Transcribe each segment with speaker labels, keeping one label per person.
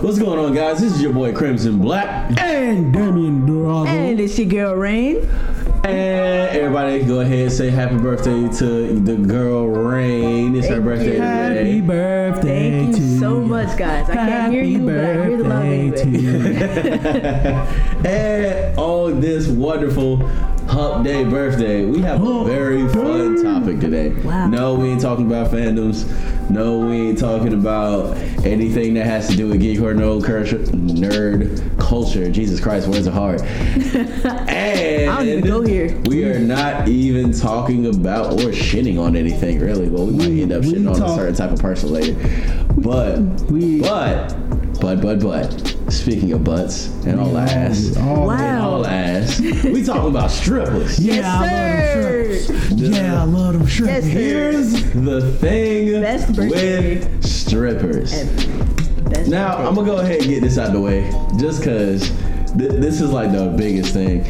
Speaker 1: What's going on, guys? This is your boy Crimson Black and Damian Dorado.
Speaker 2: And it's your girl Rain.
Speaker 1: And everybody, go ahead and say happy birthday to the girl Rain. It's her
Speaker 2: Thank
Speaker 1: birthday
Speaker 2: you.
Speaker 1: today.
Speaker 3: birthday
Speaker 2: Thank you so much, guys. I can't hear
Speaker 3: Happy
Speaker 2: you, but I hear the love
Speaker 3: birthday
Speaker 2: anyway.
Speaker 3: to you.
Speaker 1: and on this wonderful Hump Day birthday, we have a
Speaker 3: Hump
Speaker 1: very
Speaker 3: Day.
Speaker 1: fun topic today.
Speaker 2: Wow.
Speaker 1: No, we ain't talking about fandoms. No, we ain't talking about anything that has to do with geek or nerd culture. Nerd culture. Jesus Christ, where's the heart? and
Speaker 2: I don't even go here.
Speaker 1: We are not even talking about or shitting on anything really. Well, we might end up
Speaker 3: we
Speaker 1: shitting on a
Speaker 3: talk-
Speaker 1: certain type of person later. But
Speaker 3: We-
Speaker 1: but but but but speaking of butts and all ass
Speaker 3: All
Speaker 2: Wow.
Speaker 1: all ass. We talking about strippers.
Speaker 3: Yeah,
Speaker 2: Yes,
Speaker 3: I love them
Speaker 1: sir.
Speaker 3: shrimp. Yeah, I love them shrimp.
Speaker 2: Yes, sir.
Speaker 1: Here's the thing
Speaker 2: Best birthday.
Speaker 1: with strippers.
Speaker 2: That's
Speaker 1: Now I'm gonna go ahead and get this out the way, just cause th- this is like the biggest thing.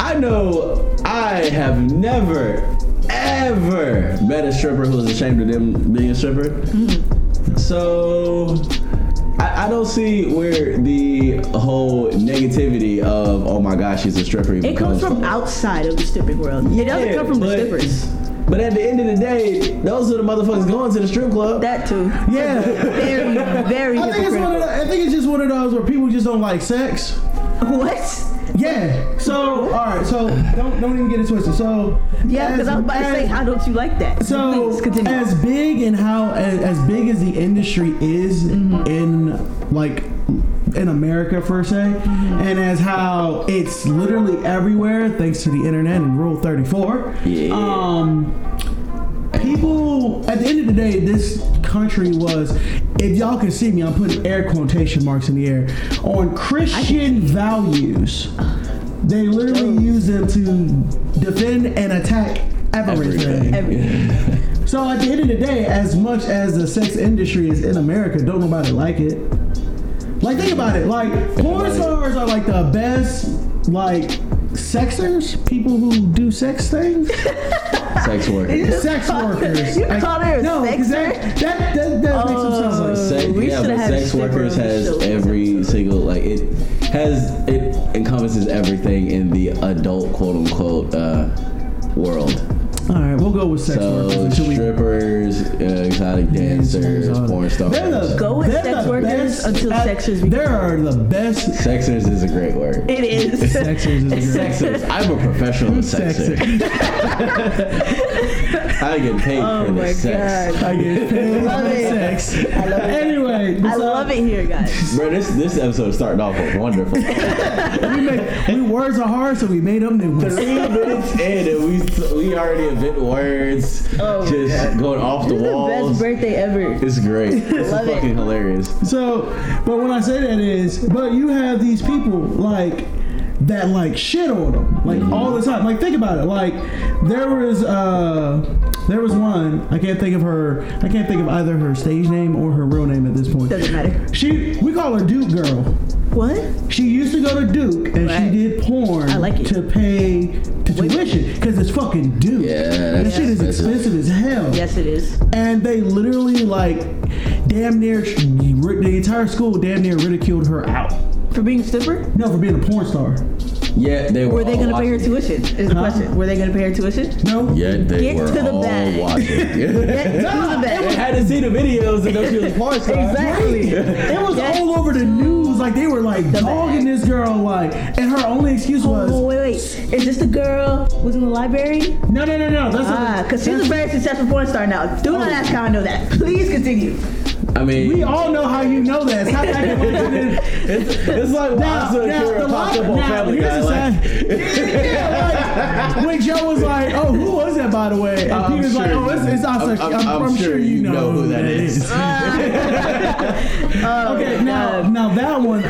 Speaker 1: I know I have never, ever met a stripper who was ashamed of them being a stripper.
Speaker 2: Mm-hmm.
Speaker 1: So I, I don't see where the whole negativity of oh my gosh she's a stripper even
Speaker 2: it comes from outside of the stripping world. It doesn't
Speaker 1: Yeah,
Speaker 2: come from the
Speaker 1: but-
Speaker 2: strippers.
Speaker 1: But at the end of the day, those are the motherfuckers going to the strip club.
Speaker 2: That too.
Speaker 3: Yeah.
Speaker 2: Very, very
Speaker 3: I think, it's one of
Speaker 2: hypocritical.
Speaker 3: the, I think it's just one of those where people just don't like sex.
Speaker 2: What?
Speaker 3: Yeah. So, all right. So, don't don't even get it twisted. So,
Speaker 2: Yeah,
Speaker 3: as-
Speaker 2: because I was about to say,
Speaker 3: as-
Speaker 2: how don't you like that?
Speaker 3: So
Speaker 2: Please continue.
Speaker 3: as big and how as, as big as the industry is
Speaker 2: Mm-hmm.
Speaker 3: in like in America per se, and as how it's literally everywhere thanks to the internet and Rule Thirty Four.
Speaker 1: Yeah.
Speaker 3: Um, people at the end of the day, this country was. If y'all can see me, I'm putting air quotation marks in the air on Christian values. They literally use them to defend and attack everything.
Speaker 2: Everything.
Speaker 3: So at the end of the day, as much as the sex industry is in America, don't nobody like it. Like think about it. Like porn stars are like the best like sexers, people who do sex things,
Speaker 1: Sex workers.
Speaker 3: sex workers.
Speaker 2: You
Speaker 3: I-
Speaker 2: call her a
Speaker 3: no, 'cause That that that, that makes them sound like.
Speaker 2: Uh,
Speaker 1: Sex,
Speaker 2: We
Speaker 1: yeah,
Speaker 2: should
Speaker 1: but
Speaker 2: have
Speaker 1: sex
Speaker 2: Stepper
Speaker 1: workers
Speaker 2: on the
Speaker 1: has
Speaker 2: show.
Speaker 1: every single like it has it encompasses everything in the adult quote unquote uh, world.
Speaker 3: All right, we'll go with sex workers
Speaker 1: So
Speaker 3: until we.
Speaker 1: strippers, uh, exotic dancers,
Speaker 3: all that.
Speaker 1: porn stars.
Speaker 3: They're the,
Speaker 2: Go with
Speaker 3: they're
Speaker 2: sex
Speaker 3: the
Speaker 2: workers
Speaker 3: best
Speaker 2: until
Speaker 3: at-
Speaker 2: sexers become-
Speaker 3: They are the best
Speaker 1: Sexers is a great word.
Speaker 2: It is.
Speaker 3: sexers. Is great.
Speaker 1: Sexers. I'm a professional sexer. I get paid
Speaker 2: Oh
Speaker 1: for
Speaker 2: my
Speaker 1: the sex.
Speaker 2: god.
Speaker 3: I get paid
Speaker 2: Love
Speaker 3: for
Speaker 2: it.
Speaker 3: sex.
Speaker 2: I love it.
Speaker 3: Anyway,
Speaker 2: I love it here, guys.
Speaker 1: Bro, this this episode is starting off wonderful.
Speaker 3: we made we words are hard, so we made up new ones.
Speaker 1: Three minutes in, and we we already invent words,
Speaker 2: Oh,
Speaker 1: just going off the
Speaker 2: This is the best
Speaker 1: walls.
Speaker 2: birthday ever.
Speaker 1: It's great. It's
Speaker 2: Love it.
Speaker 1: fucking hilarious.
Speaker 3: So, but when I say that is, but you have these people like that like shit on them
Speaker 2: Mm-hmm.
Speaker 3: like all the time. Like think about it. Like there was uh there was one I can't think of her. I can't think of either her stage name or her real name at this point.
Speaker 2: Doesn't matter.
Speaker 3: She we call her Duke Girl.
Speaker 2: What?
Speaker 3: She used to go to Duke and
Speaker 2: Right.
Speaker 3: she did porn
Speaker 2: I like it.
Speaker 3: to pay to tuition because it's fucking Duke.
Speaker 1: Yeah,
Speaker 3: that
Speaker 1: that's
Speaker 3: shit is
Speaker 1: expensive.
Speaker 3: expensive as hell.
Speaker 2: Yes, it is.
Speaker 3: And they literally like damn near the entire school damn near ridiculed her out.
Speaker 2: For being a stripper?
Speaker 3: No, for being a porn star.
Speaker 1: Yeah, they were.
Speaker 2: Were they
Speaker 1: all
Speaker 2: going to pay her
Speaker 1: watching.
Speaker 2: tuition? Is the
Speaker 3: Huh?
Speaker 2: question. Were they going to pay her tuition?
Speaker 3: No.
Speaker 1: Yeah, they
Speaker 2: Get
Speaker 1: were
Speaker 2: to the
Speaker 1: all
Speaker 2: bag.
Speaker 1: watching.
Speaker 2: Get to the
Speaker 1: They
Speaker 2: bag.
Speaker 1: had to see the videos and know she was a porn star.
Speaker 2: Exactly.
Speaker 3: It was
Speaker 2: Yes.
Speaker 3: all over the news. Like they were like
Speaker 2: The
Speaker 3: dogging
Speaker 2: bag.
Speaker 3: this girl. Like, and her only excuse was,
Speaker 2: Oh, wait, wait. Is this the girl who's in the library?
Speaker 3: no, no, no, no. That's
Speaker 2: Ah,
Speaker 3: not-
Speaker 2: because she's a very successful porn star now. Do not
Speaker 3: Oh.
Speaker 2: ask how I know that. Please continue.
Speaker 1: I mean,
Speaker 3: we all know how you know that. Stop acting like you didn't-
Speaker 1: it's, it's like why
Speaker 3: Now-
Speaker 1: Asa
Speaker 3: now,
Speaker 1: Akira
Speaker 3: the
Speaker 1: popped up
Speaker 3: li-
Speaker 1: on
Speaker 3: now,
Speaker 1: Family
Speaker 3: here's
Speaker 1: Guy.
Speaker 3: the
Speaker 1: Like,
Speaker 3: yeah, like, when Joe was like, "Oh, who was that, by the way?" and
Speaker 1: I'm
Speaker 3: he was like,
Speaker 1: sure
Speaker 3: "Oh, it's, it's
Speaker 1: you-
Speaker 3: Asa.
Speaker 1: I'm- I'm- I'm sure you know who that is.
Speaker 2: Oh,
Speaker 3: okay,
Speaker 2: God.
Speaker 3: now, now that one,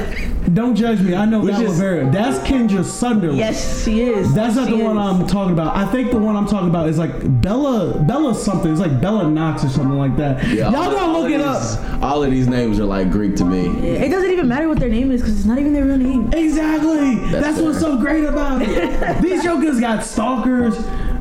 Speaker 3: don't judge me. I know
Speaker 1: Which
Speaker 3: that
Speaker 1: is-
Speaker 3: one very. That's Kendra Sunderland.
Speaker 2: Yes, she is.
Speaker 3: That's not
Speaker 2: She
Speaker 3: the one
Speaker 2: is.
Speaker 3: I'm talking about. I think the one I'm talking about is like Bella, Bella something. It's like Bella Knox or something like that.
Speaker 1: yeah,
Speaker 3: Y'all
Speaker 1: all-
Speaker 3: gotta
Speaker 1: all
Speaker 3: look it
Speaker 1: these-
Speaker 3: up.
Speaker 1: All of these names are like Greek to me.
Speaker 2: It doesn't even matter what their name is because it's not even their real name.
Speaker 3: Exactly. That's,
Speaker 1: That's
Speaker 3: what's
Speaker 1: fair.
Speaker 3: so great about it. These jokers got stalkers.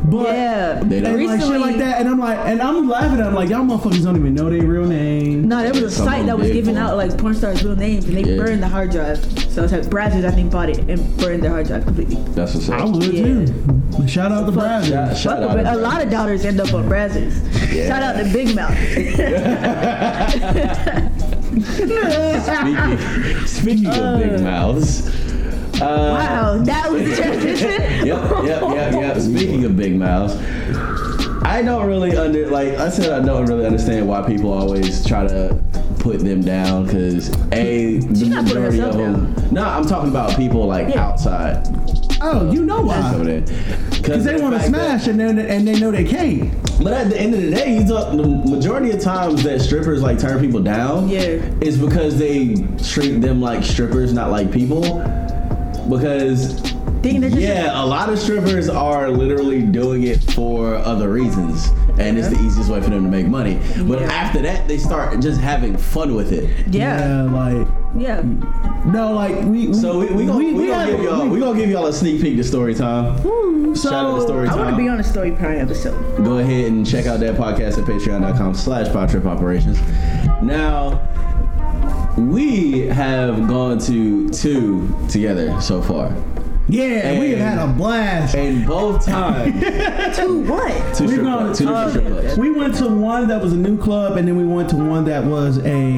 Speaker 3: But
Speaker 2: Yeah.
Speaker 1: They don't.
Speaker 3: and like shit
Speaker 2: Recently-
Speaker 3: like that, and I'm like, and I'm laughing at them like y'all motherfuckers don't even know their real name.
Speaker 2: No, there was a
Speaker 1: Someone
Speaker 2: site that was
Speaker 1: did
Speaker 2: giving
Speaker 1: one.
Speaker 2: out like porn stars' real names, and they
Speaker 1: Yeah.
Speaker 2: burned the hard drive. So it's like Brazzers, I think, bought it and burned their hard drive completely.
Speaker 1: That's what's
Speaker 3: I
Speaker 1: up.
Speaker 3: would
Speaker 2: Yeah.
Speaker 3: too. Shout out to Brad.
Speaker 1: Shout,
Speaker 2: Fuck
Speaker 1: shout
Speaker 2: with
Speaker 1: out
Speaker 2: it.
Speaker 1: to
Speaker 2: a lot of daughters end up on Brazzers.
Speaker 1: Yeah.
Speaker 2: Shout out to Big Mouth.
Speaker 1: Speaking, speaking of big mouths. Uh,
Speaker 2: wow, that was the transition.
Speaker 1: Yep, yep, yep, yep. Speaking of big mouths, I don't really under like I said I don't really understand why people always try to put them down because a the
Speaker 2: not putting
Speaker 1: majority of
Speaker 2: herself
Speaker 1: them. No, I'm talking about people like
Speaker 2: Yeah.
Speaker 1: outside
Speaker 3: Oh, you know
Speaker 1: over
Speaker 3: why?
Speaker 1: there
Speaker 3: Because they want to smash and then and they know they can't.
Speaker 1: But at the end of the day, you talk, the majority of times that strippers like turn people down,
Speaker 2: Yeah.
Speaker 1: is because they treat them like strippers, not like people. Because
Speaker 2: Thinking they're just
Speaker 1: yeah, a lot of strippers are literally doing it for other reasons, and it's the easiest way for them to make money. But
Speaker 2: Yeah.
Speaker 1: after that, they start just having fun with it.
Speaker 2: yeah,
Speaker 3: like
Speaker 2: yeah.
Speaker 3: no, like we. we
Speaker 1: So we, we gonna, we, gonna
Speaker 3: gotta-
Speaker 1: give y'all we gonna give y'all a sneak peek to story time.
Speaker 3: so
Speaker 1: Shout out to story
Speaker 2: I
Speaker 1: time.
Speaker 2: want to be on a story prime episode.
Speaker 1: go ahead and check out that podcast at patreon.com slash podtrip operations now we have gone to two together so far
Speaker 3: yeah, we
Speaker 1: And-
Speaker 3: had a blast.
Speaker 1: and both times
Speaker 2: To what?
Speaker 1: two
Speaker 3: We've
Speaker 1: strip
Speaker 3: gone
Speaker 1: clubs, two
Speaker 3: to-
Speaker 1: different strip clubs.
Speaker 3: We went to one that was a new club, and then we went to one that was a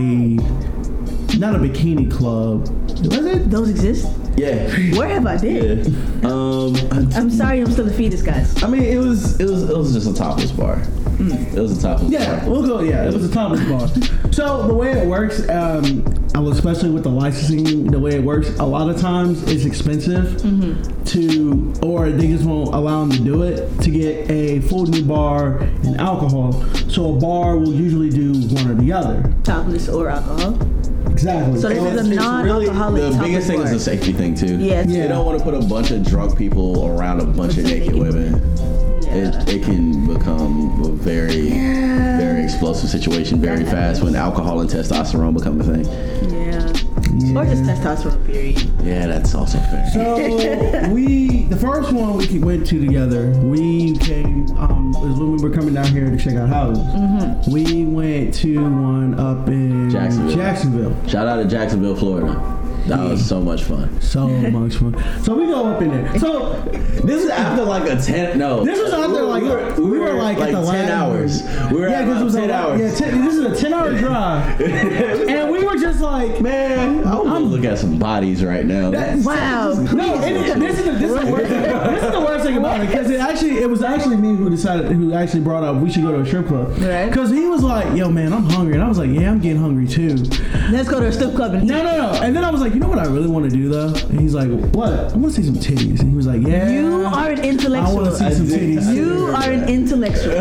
Speaker 3: not a bikini club. Was it?
Speaker 2: Those exist?
Speaker 1: yeah
Speaker 2: Where have I been?
Speaker 1: yeah um
Speaker 2: I'm sorry, I'm still the fetus, guys.
Speaker 1: i mean it was it was it was just a topless bar it was a topless
Speaker 3: Mm. Yeah,
Speaker 1: bar
Speaker 3: we'll go. Yeah, it was a Thomas bar. So the way it works, um, well, especially with the licensing, the way it works, a lot of times it's expensive
Speaker 2: Mm-hmm.
Speaker 3: to, or they just won't allow them to do it to get a full new bar and alcohol. So a bar will usually do one or the other.
Speaker 2: Topless or alcohol.
Speaker 3: Exactly.
Speaker 2: So this
Speaker 1: It's-
Speaker 2: is a
Speaker 1: it's really-
Speaker 2: non-alcoholic
Speaker 1: the biggest thing is the
Speaker 2: topless
Speaker 1: safety thing too.
Speaker 2: Yeah, it's-
Speaker 1: They
Speaker 3: Yeah.
Speaker 1: don't want to put a bunch of drunk people around a bunch of
Speaker 2: Bunch of
Speaker 1: naked
Speaker 2: naked
Speaker 1: women.
Speaker 2: Yeah.
Speaker 1: It, it can become a very, very explosive situation very
Speaker 2: Yeah.
Speaker 1: fast when alcohol and testosterone become a thing.
Speaker 2: Yeah. Or just testosterone, period.
Speaker 1: Yeah, that's also fair.
Speaker 3: So Oh, we, the first one we went to together, we came um, was when we were coming down here to check out houses. We went to one up in
Speaker 1: Jacksonville.
Speaker 3: Jacksonville.
Speaker 1: Shout out to Jacksonville, Florida. That was so much fun.
Speaker 3: So much fun. So we go up in there. So
Speaker 1: This is after like a ten. No,
Speaker 3: this was out there like
Speaker 1: we were, we were like,
Speaker 3: at the
Speaker 1: ten
Speaker 3: last-
Speaker 1: hours. We were
Speaker 3: yeah,
Speaker 1: at
Speaker 3: 'cause
Speaker 1: about
Speaker 3: it was a
Speaker 1: ten
Speaker 3: lot-
Speaker 1: hours.
Speaker 3: Yeah, ten, this is a ten-hour drive, and we were just like,
Speaker 1: Man, I want to look at some bodies right now.
Speaker 3: That-
Speaker 2: Wow.
Speaker 3: No, it is, this, is the, this, is the worst, this is the worst thing about it because it actually it was actually me who decided who actually brought up we should go to a strip club.
Speaker 2: Right.
Speaker 3: Because he was like, "Yo, man, I'm hungry," and I was like, "Yeah, I'm getting hungry too."
Speaker 2: Let's go to a strip club and
Speaker 3: No, no, no. And then I was like, "You know what I really want to do though?" And he's like, "What?" I want to see some titties. And he was like, "Yeah."
Speaker 2: You are an
Speaker 3: I
Speaker 2: intellectual.
Speaker 3: want to see some
Speaker 1: did-
Speaker 3: titties.
Speaker 2: You are an intellectual.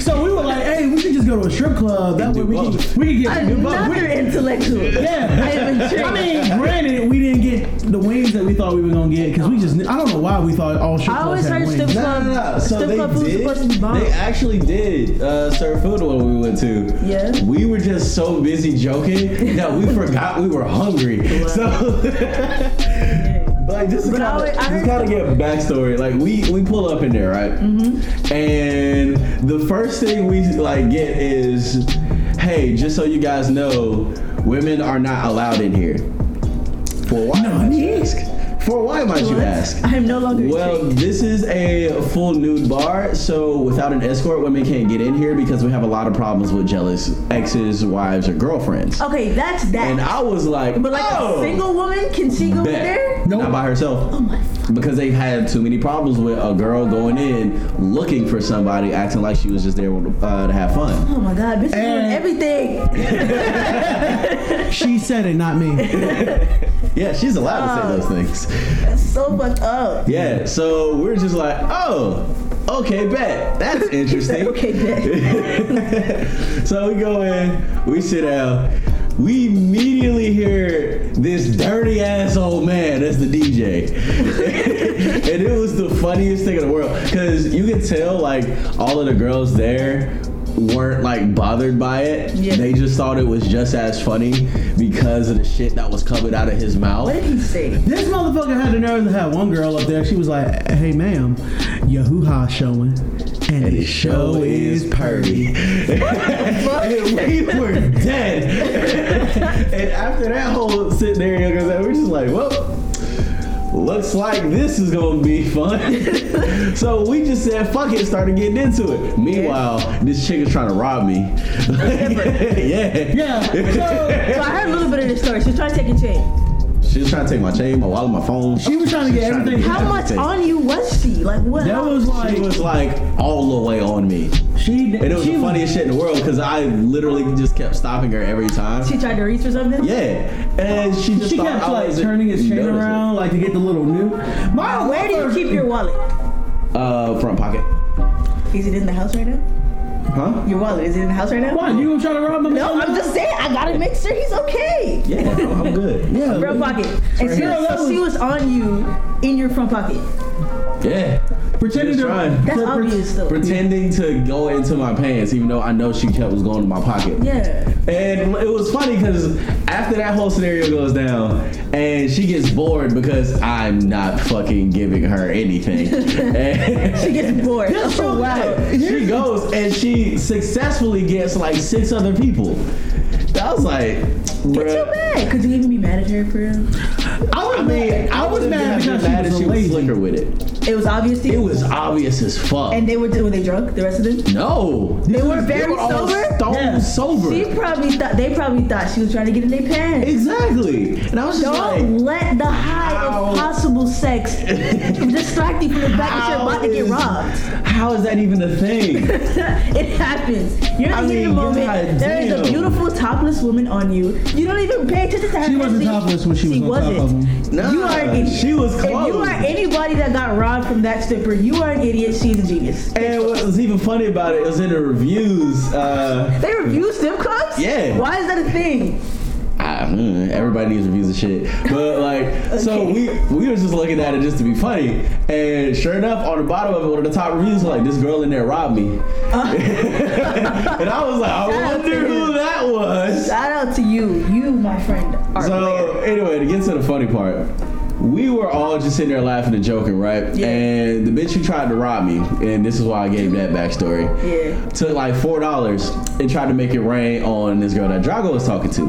Speaker 3: So we were like, "Hey, we should just go to a strip club. That way
Speaker 1: do
Speaker 3: we can,
Speaker 1: both.
Speaker 3: we can get we-
Speaker 2: Another intellectual.
Speaker 3: Yeah.
Speaker 2: I am intrigued.
Speaker 3: I mean, granted, we didn't get the wings that we thought we were gonna get because we just kn- I don't know why we thought all strip
Speaker 2: I always
Speaker 3: clubs had
Speaker 2: heard
Speaker 3: wings.
Speaker 2: strip
Speaker 1: No,
Speaker 2: club.
Speaker 1: no, no. So
Speaker 2: strip
Speaker 1: they
Speaker 2: club food
Speaker 1: did.
Speaker 2: supposed to be bomb.
Speaker 1: They actually did uh, serve food when we went to.
Speaker 2: Yeah.
Speaker 1: We were just so busy joking that we forgot we were hungry. So. Like just
Speaker 2: But I
Speaker 1: gotta,
Speaker 2: always- I
Speaker 1: just
Speaker 2: heard-
Speaker 1: gotta get backstory. Like we we pull up in there, right?
Speaker 2: Mm-hmm.
Speaker 1: And the first thing we like get is, hey, just so you guys know, women are not allowed in here. For why? might you ask? For why might you
Speaker 2: What?
Speaker 1: ask?
Speaker 2: I am no longer
Speaker 1: Well,
Speaker 2: intrigued.
Speaker 1: this is a full nude bar, so without an escort, women can't get in here because we have a lot of problems with jealous exes, wives, or girlfriends.
Speaker 2: Okay, that's that.
Speaker 1: And I was like,
Speaker 2: but like
Speaker 1: oh,
Speaker 2: a single woman, can she go in
Speaker 1: bet.
Speaker 2: there?
Speaker 1: Not by herself.
Speaker 2: Oh my.
Speaker 1: Because they've had too many problems with a girl going in looking for somebody, acting like she was just there uh, to have fun.
Speaker 2: Oh my God, bitch, doing
Speaker 3: And-
Speaker 2: everything.
Speaker 3: She said it, not me.
Speaker 1: Yeah, she's allowed to
Speaker 2: Oh.
Speaker 1: say those things.
Speaker 2: That's so fucked up.
Speaker 1: Yeah, so we're just like, oh, okay, bet. That's interesting.
Speaker 2: Okay, bet.
Speaker 1: So we go in, we sit down, we immediately hear this dirty ass old man that's the DJ. and it was the funniest thing in the world. Cause you could tell like all of the girls there weren't like bothered by it.
Speaker 2: Yeah.
Speaker 1: They just thought it was just as funny because of the shit that was coming out of his mouth.
Speaker 2: What did he say?
Speaker 3: This motherfucker had the nerve to have one girl up there. She was like, "Hey, ma'am, your hoo ha showing, and, the
Speaker 1: Oh,
Speaker 3: show is purdy."
Speaker 1: and we were dead. and after that whole sit there and go, we're just like, well, looks like this is gonna be fun. so we just said, fuck it, started getting into it. Meanwhile, this chick is trying to rob me. yeah.
Speaker 3: Yeah.
Speaker 2: So, so I heard a little bit of this story. She was trying to take a chain.
Speaker 1: She was trying to take my chain, my wallet, my phone.
Speaker 3: She was trying to get
Speaker 1: She was
Speaker 3: everything.
Speaker 1: trying
Speaker 2: How much on you was she? Like what?
Speaker 3: That was like
Speaker 1: She was like all the way on me.
Speaker 3: she.
Speaker 1: And it was
Speaker 3: she
Speaker 1: the funniest shit in the world because I literally just kept stopping her every time.
Speaker 2: she tried to reach for something.
Speaker 1: Yeah, and she just
Speaker 3: She
Speaker 1: thought
Speaker 3: kept
Speaker 1: I
Speaker 3: like
Speaker 1: wasn't
Speaker 3: turning his chain
Speaker 1: noticing.
Speaker 3: around, like to get the little new. My
Speaker 2: Where do you keep your wallet?
Speaker 1: Uh, front pocket.
Speaker 2: Is it in the house right now?
Speaker 1: Huh?
Speaker 2: Your wallet is it in the house right now?
Speaker 3: Why you gonna try to rob my
Speaker 2: No,
Speaker 3: man?
Speaker 2: I'm just saying. I gotta make sure he's okay.
Speaker 1: Yeah, I'm I'm good. Yeah.
Speaker 3: Yeah.
Speaker 2: Front pocket. And she,
Speaker 3: here.
Speaker 2: was, so she was on you in your front pocket.
Speaker 1: Yeah.
Speaker 3: Pretending
Speaker 1: Just
Speaker 3: to.
Speaker 1: trying.
Speaker 2: That's
Speaker 3: pre- pre-
Speaker 2: obvious though.
Speaker 1: Pretending to go into my pants, even though I know she kept was going to my pocket.
Speaker 2: Yeah.
Speaker 1: And it was funny because after that whole scenario goes down, and she gets bored because I'm not fucking giving her anything. And-
Speaker 2: She gets bored. Oh,
Speaker 3: That's so
Speaker 2: She'll
Speaker 3: wild.
Speaker 2: go.
Speaker 1: she goes and she successfully gets like six other people. I was like,
Speaker 2: Get your
Speaker 1: bruh.
Speaker 2: bag. Could you even be mad at her for real?
Speaker 3: I was
Speaker 1: I mean,
Speaker 3: mad. I was mad because
Speaker 1: mad
Speaker 3: she was a lazy.
Speaker 1: slicker with it.
Speaker 2: It was obvious to
Speaker 1: It
Speaker 2: you.
Speaker 1: was obvious as fuck.
Speaker 2: And they were were they drunk? The rest of them?
Speaker 1: no,
Speaker 2: They were very
Speaker 1: all
Speaker 2: sober?
Speaker 1: Stone
Speaker 3: Yeah.
Speaker 1: sober.
Speaker 2: She probably thought they probably thought she was trying to get in their pants.
Speaker 1: exactly. And I was just
Speaker 2: Don't
Speaker 1: like,
Speaker 2: let the high
Speaker 1: How?
Speaker 2: of possible sex distract you from the fact that you're
Speaker 1: how
Speaker 2: about to get
Speaker 1: is-
Speaker 2: robbed.
Speaker 1: How is that even a thing?
Speaker 2: it happens. You're
Speaker 1: I
Speaker 2: in the heat
Speaker 1: mean,
Speaker 2: of the moment.
Speaker 1: God
Speaker 2: there is
Speaker 1: damn.
Speaker 2: a beautiful topless woman on you. You don't even pay attention to her.
Speaker 3: She wasn't
Speaker 2: fancy.
Speaker 3: topless when she was on top
Speaker 2: wasn't.
Speaker 3: of him.
Speaker 1: Nah,
Speaker 2: you are an idiot.
Speaker 1: she was
Speaker 2: If you
Speaker 1: clothed.
Speaker 2: are anybody that got robbed from that stripper, you are an idiot. She's a genius.
Speaker 1: and what was even funny about it was in the reviews. Uh,
Speaker 2: They review strip clubs?
Speaker 1: Yeah.
Speaker 2: Why is that a thing?
Speaker 1: I, mm, everybody needs reviews and shit. But like, so we we was just looking at it just to be funny, and sure enough, on the bottom of it, one of the top reviews was like, "This girl in there robbed me," and I was like, "I
Speaker 2: Uh. Shout out to
Speaker 1: wonder who
Speaker 2: you.
Speaker 1: that was."
Speaker 2: Shout out to you. You, my friend, are
Speaker 1: So
Speaker 2: rare.
Speaker 1: anyway, to get to the funny part. We were all just sitting there laughing and joking, right?
Speaker 2: Yeah.
Speaker 1: And the bitch who tried to rob me, and this is why I gave that backstory,
Speaker 2: Yeah.
Speaker 1: took like four dollars and tried to make it rain on this girl that Drago was talking to.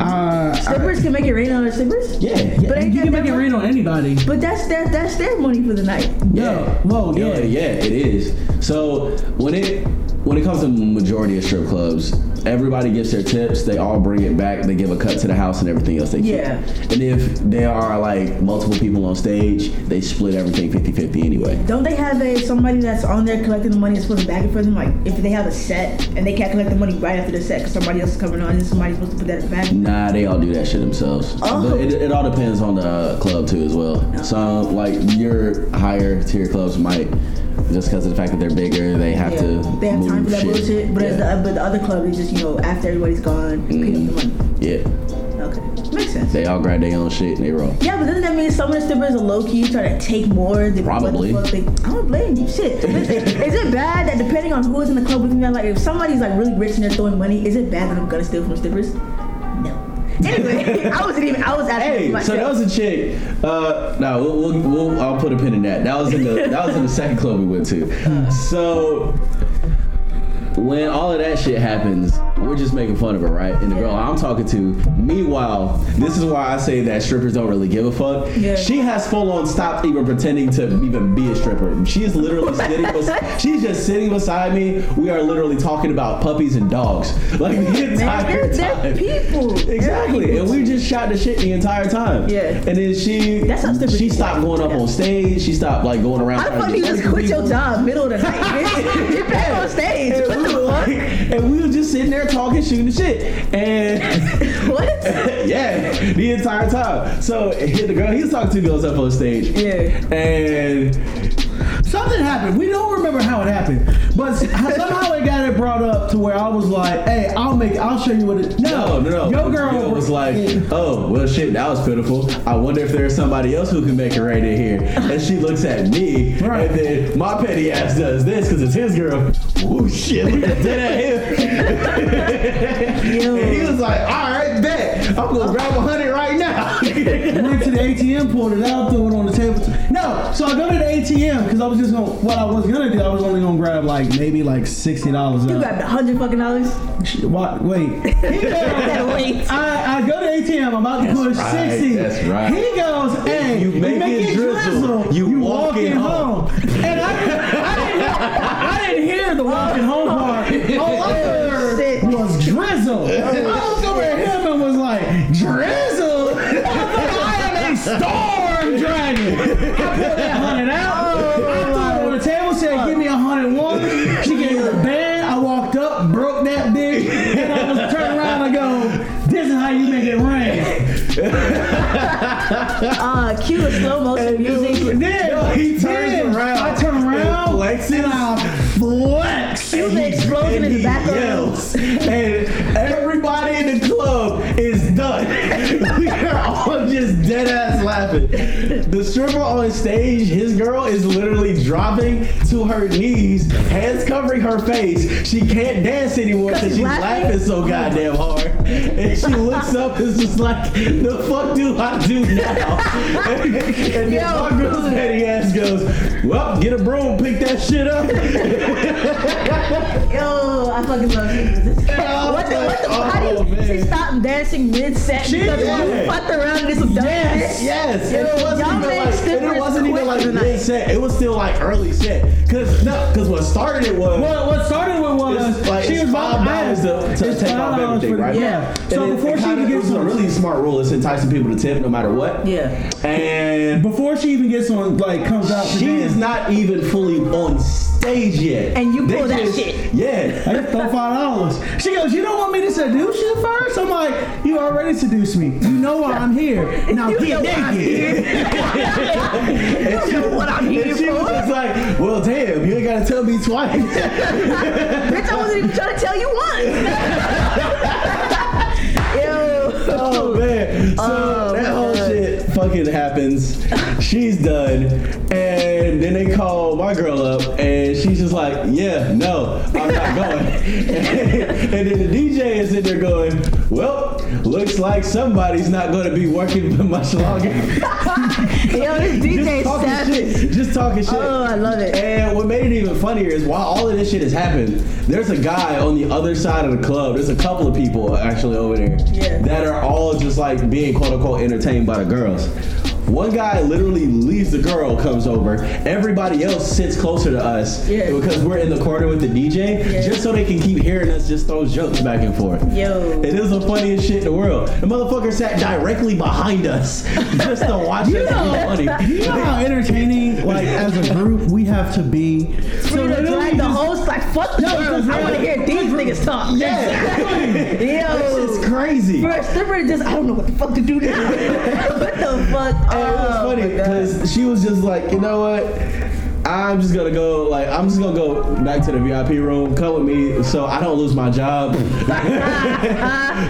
Speaker 3: Uh,
Speaker 2: Strippers can make it rain on their strippers?
Speaker 1: Yeah,
Speaker 2: But ain't
Speaker 3: you can make
Speaker 2: that
Speaker 3: it
Speaker 2: different?
Speaker 3: rain on anybody.
Speaker 2: But that's their, that's their money for the night.
Speaker 3: Yeah. Whoa.
Speaker 1: Yeah,
Speaker 3: Yeah.
Speaker 1: yeah, it is. So when it when it comes to majority of strip clubs, everybody gives their tips. They all bring it back. They give a cut to the house and everything else they keep.
Speaker 2: Yeah.
Speaker 1: And if there are like multiple people on stage, they split everything 50-50 anyway.
Speaker 2: Don't they have a somebody that's on there collecting the money and supposed to back it for them? Like if they have a set and they can't collect the money right after the set because somebody else is coming on and somebody's supposed to put that back.
Speaker 1: Nah, they all do that shit themselves.
Speaker 2: Oh.
Speaker 1: But it, it all depends on the uh, club too, as well. Some like your higher tier clubs might, just because of the fact that they're bigger, they have
Speaker 2: Yeah.
Speaker 1: to.
Speaker 2: They have time
Speaker 1: move
Speaker 2: for that
Speaker 1: shit.
Speaker 2: bullshit. But,
Speaker 1: yeah.
Speaker 2: as the, but the other club is just you know after everybody's gone, pick up the money.
Speaker 1: yeah,
Speaker 2: Okay, makes sense.
Speaker 1: they all grab their own shit and they roll.
Speaker 2: Yeah, but doesn't that mean some of the strippers are low key trying to take more than
Speaker 1: Probably.
Speaker 2: What the fuck they, I don't blame you. Shit, is it- is it bad that depending on who is in the club with me, like if somebody's like really rich and they're throwing money, is it bad that I'm gonna steal from strippers? No. Anyway, I wasn't even. I was asking.
Speaker 1: Hey, so that was a chick. Uh, no, we'll, we'll, we'll, I'll put a pin in that. That was in the that was in the second club we went
Speaker 2: Uh.
Speaker 1: to. So when all of that shit happens, we're just making fun of her, right? And the girl I'm talking to. Meanwhile, this is why I say that strippers don't really give a fuck.
Speaker 2: Yeah.
Speaker 1: She has full on stopped even pretending to even be a stripper. She is literally sitting. Bes- she's just sitting beside me. We are literally talking about puppies and dogs, like the
Speaker 2: Man,
Speaker 1: entire
Speaker 2: they're, they're
Speaker 1: time.
Speaker 2: people.
Speaker 1: Exactly,
Speaker 2: They're
Speaker 1: and
Speaker 2: people.
Speaker 1: we just shot the shit the entire time.
Speaker 2: Yeah.
Speaker 1: and then she
Speaker 2: That's how stupid
Speaker 1: she
Speaker 2: people
Speaker 1: stopped
Speaker 2: are.
Speaker 1: going up
Speaker 2: Yeah.
Speaker 1: on stage. She stopped like going around.
Speaker 2: How the
Speaker 1: trying to
Speaker 2: fuck do you
Speaker 1: get
Speaker 2: just
Speaker 1: other
Speaker 2: quit your
Speaker 1: people-
Speaker 2: job middle of the night, bitch? Get back on stage.
Speaker 1: And
Speaker 2: What
Speaker 1: we, were
Speaker 2: the
Speaker 1: like, and we were just sitting there talking, shooting the shit, and
Speaker 2: fuck? What?
Speaker 1: yeah, the entire time. So it hit the girl he was talking to goes up on stage.
Speaker 2: Yeah.
Speaker 1: and
Speaker 3: Something happened. We don't remember how it happened, but somehow it got it brought up to where I was like, "Hey, I'll make. I'll show you what it."
Speaker 1: No,
Speaker 3: No,
Speaker 1: no, no.
Speaker 3: Your girl
Speaker 1: Yo was like, oh, well, shit, that was pitiful. I wonder if there's somebody else who can make it right in here. And she looks at me,
Speaker 3: Right.
Speaker 1: and then my petty ass does this because it's his girl. Oh, shit, look at that. and he was like, all right, bet. I'm going to grab a 100 right now.
Speaker 3: went to the ATM, pulled it out, threw it on the table. No, so I go to the ATM because I was just gonna. What I was gonna do, I was only gonna grab like maybe like sixty dollars.
Speaker 2: You grabbed a hundred fucking dollars.
Speaker 3: What? Wait. He
Speaker 2: Gotta
Speaker 3: goes,
Speaker 2: wait.
Speaker 3: I, I go to ATM. I'm about to
Speaker 1: That's
Speaker 3: push
Speaker 1: right,
Speaker 3: sixty.
Speaker 1: that's right.
Speaker 3: He goes, "Hey,
Speaker 1: you make it drizzle, you walking
Speaker 3: And I, I, didn't, I didn't hear the walking home part. All I
Speaker 2: shit.
Speaker 3: heard was drizzle. I looked over at him and was like, "Drizzle? Motherfucker, I am a storm dragon." I pulled that hundred out. I threw it on the table. Said, "Give me a hundred one." She gave me a band. I walked up, broke that bitch, and I was turn around and go, "This is how you make it rain."
Speaker 2: Uh, cue a slow motion music.
Speaker 3: Then,
Speaker 1: Yo, he turns
Speaker 3: then
Speaker 1: around
Speaker 3: I turn
Speaker 1: and
Speaker 3: around
Speaker 1: flexes.
Speaker 3: and I flex.
Speaker 2: It was an
Speaker 1: and
Speaker 2: explosion in the
Speaker 1: he
Speaker 2: background.
Speaker 1: yells, and everybody in the club is done. we are all just dead ass laughing. The stripper on stage, his girl is literally dropping to her knees, hands covering her face. She can't dance anymore
Speaker 2: Cause
Speaker 1: because she's
Speaker 2: she's laughing? Oh
Speaker 1: laughing so goddamn hard. And she looks up and is just like, the fuck do I do now? and then
Speaker 2: Yo.
Speaker 1: my girl's petty ass goes, well, get a broom, pick that shit up.
Speaker 2: Yo, I fucking love you.
Speaker 1: Yeah,
Speaker 2: What the, what the,
Speaker 1: oh,
Speaker 2: how do you,
Speaker 1: man.
Speaker 2: she stopped dancing mid-set
Speaker 1: She
Speaker 2: because
Speaker 1: did.
Speaker 2: you fucked around and did some dumb
Speaker 1: Yes,
Speaker 2: shit?
Speaker 1: yes. And it wasn't
Speaker 2: Y'all
Speaker 1: even
Speaker 2: make
Speaker 1: like, and
Speaker 2: strippers
Speaker 1: it wasn't even
Speaker 2: quit
Speaker 1: like
Speaker 2: tonight.
Speaker 1: mid set. It was still like early set. Cause no, cause what started it was
Speaker 3: Well, what started with was
Speaker 1: It's like
Speaker 3: she was
Speaker 1: it's
Speaker 3: about
Speaker 1: five dollars to, to
Speaker 3: it's
Speaker 1: take off
Speaker 3: $5
Speaker 1: everything,
Speaker 3: for the-
Speaker 1: right?
Speaker 3: Yeah.
Speaker 1: And
Speaker 3: So
Speaker 1: it-
Speaker 3: before
Speaker 1: it
Speaker 3: she
Speaker 1: kinda-
Speaker 3: even
Speaker 1: it
Speaker 3: gets
Speaker 1: was a
Speaker 3: on,
Speaker 1: really smart rule. It's enticing people to tip no matter what.
Speaker 2: Yeah.
Speaker 1: And
Speaker 3: before she even gets on, like comes out. to
Speaker 1: she
Speaker 3: dance,
Speaker 1: is not even fully on stage yet.
Speaker 2: And you
Speaker 1: They
Speaker 2: pull that
Speaker 1: just-
Speaker 2: shit.
Speaker 1: Yeah.
Speaker 3: I just throw five dollars. She goes, "You don't want me to seduce you first? I'm like, "You already seduced me. You know why I'm here. Now
Speaker 2: You know
Speaker 3: get
Speaker 2: why I'm
Speaker 3: naked."
Speaker 1: And she,
Speaker 2: what I'm
Speaker 1: and
Speaker 2: here
Speaker 1: she was
Speaker 2: for.
Speaker 1: just like, well, damn, you ain't gotta tell me twice.
Speaker 2: Bitch, I wasn't even trying to tell you once. Yo.
Speaker 1: Oh man! So
Speaker 2: Oh,
Speaker 1: that
Speaker 2: my
Speaker 1: whole
Speaker 2: God.
Speaker 1: shit fucking happens. She's done, and then they call my girl up, and she's just like, "Yeah, no, I'm not going." and then the DJ is in there going, "Well, looks like somebody's not going to be working for much longer."
Speaker 2: Yo, Oh, this DJ
Speaker 1: just
Speaker 2: is
Speaker 1: talking
Speaker 2: savage.
Speaker 1: shit. Just talking shit.
Speaker 2: Oh, I love it.
Speaker 1: And what made it even funnier is while all of this shit has happened, there's a guy on the other side of the club. There's a couple of people actually over there
Speaker 2: Yeah.
Speaker 1: that are all just like being quote unquote entertained by the girls. One guy literally leaves the girl, comes over. Everybody else sits closer to us
Speaker 2: Yeah.
Speaker 1: because we're in the corner with the DJ,
Speaker 2: Yeah.
Speaker 1: just so they can keep hearing us just throw jokes back and forth.
Speaker 2: Yo.
Speaker 1: It is the funniest shit in the world. The motherfucker sat directly behind us just to watch us be funny.
Speaker 3: You know how entertaining, like as a group, we have to be. So
Speaker 2: You done
Speaker 3: literally
Speaker 2: dragged the
Speaker 3: just-
Speaker 2: whole like fuck the
Speaker 3: No,
Speaker 2: girls.
Speaker 3: just-
Speaker 2: I want to hear these niggas talk.
Speaker 1: Yeah. This is
Speaker 2: Yo.
Speaker 1: crazy.
Speaker 2: Bro, stripper just I don't know what the fuck to do now. what the fuck?
Speaker 1: And it was
Speaker 2: Oh,
Speaker 1: funny
Speaker 2: my God.
Speaker 1: because she was just like, you know what? I'm just gonna go like I'm just gonna go back to the VIP room. Come with me, so I don't lose my job.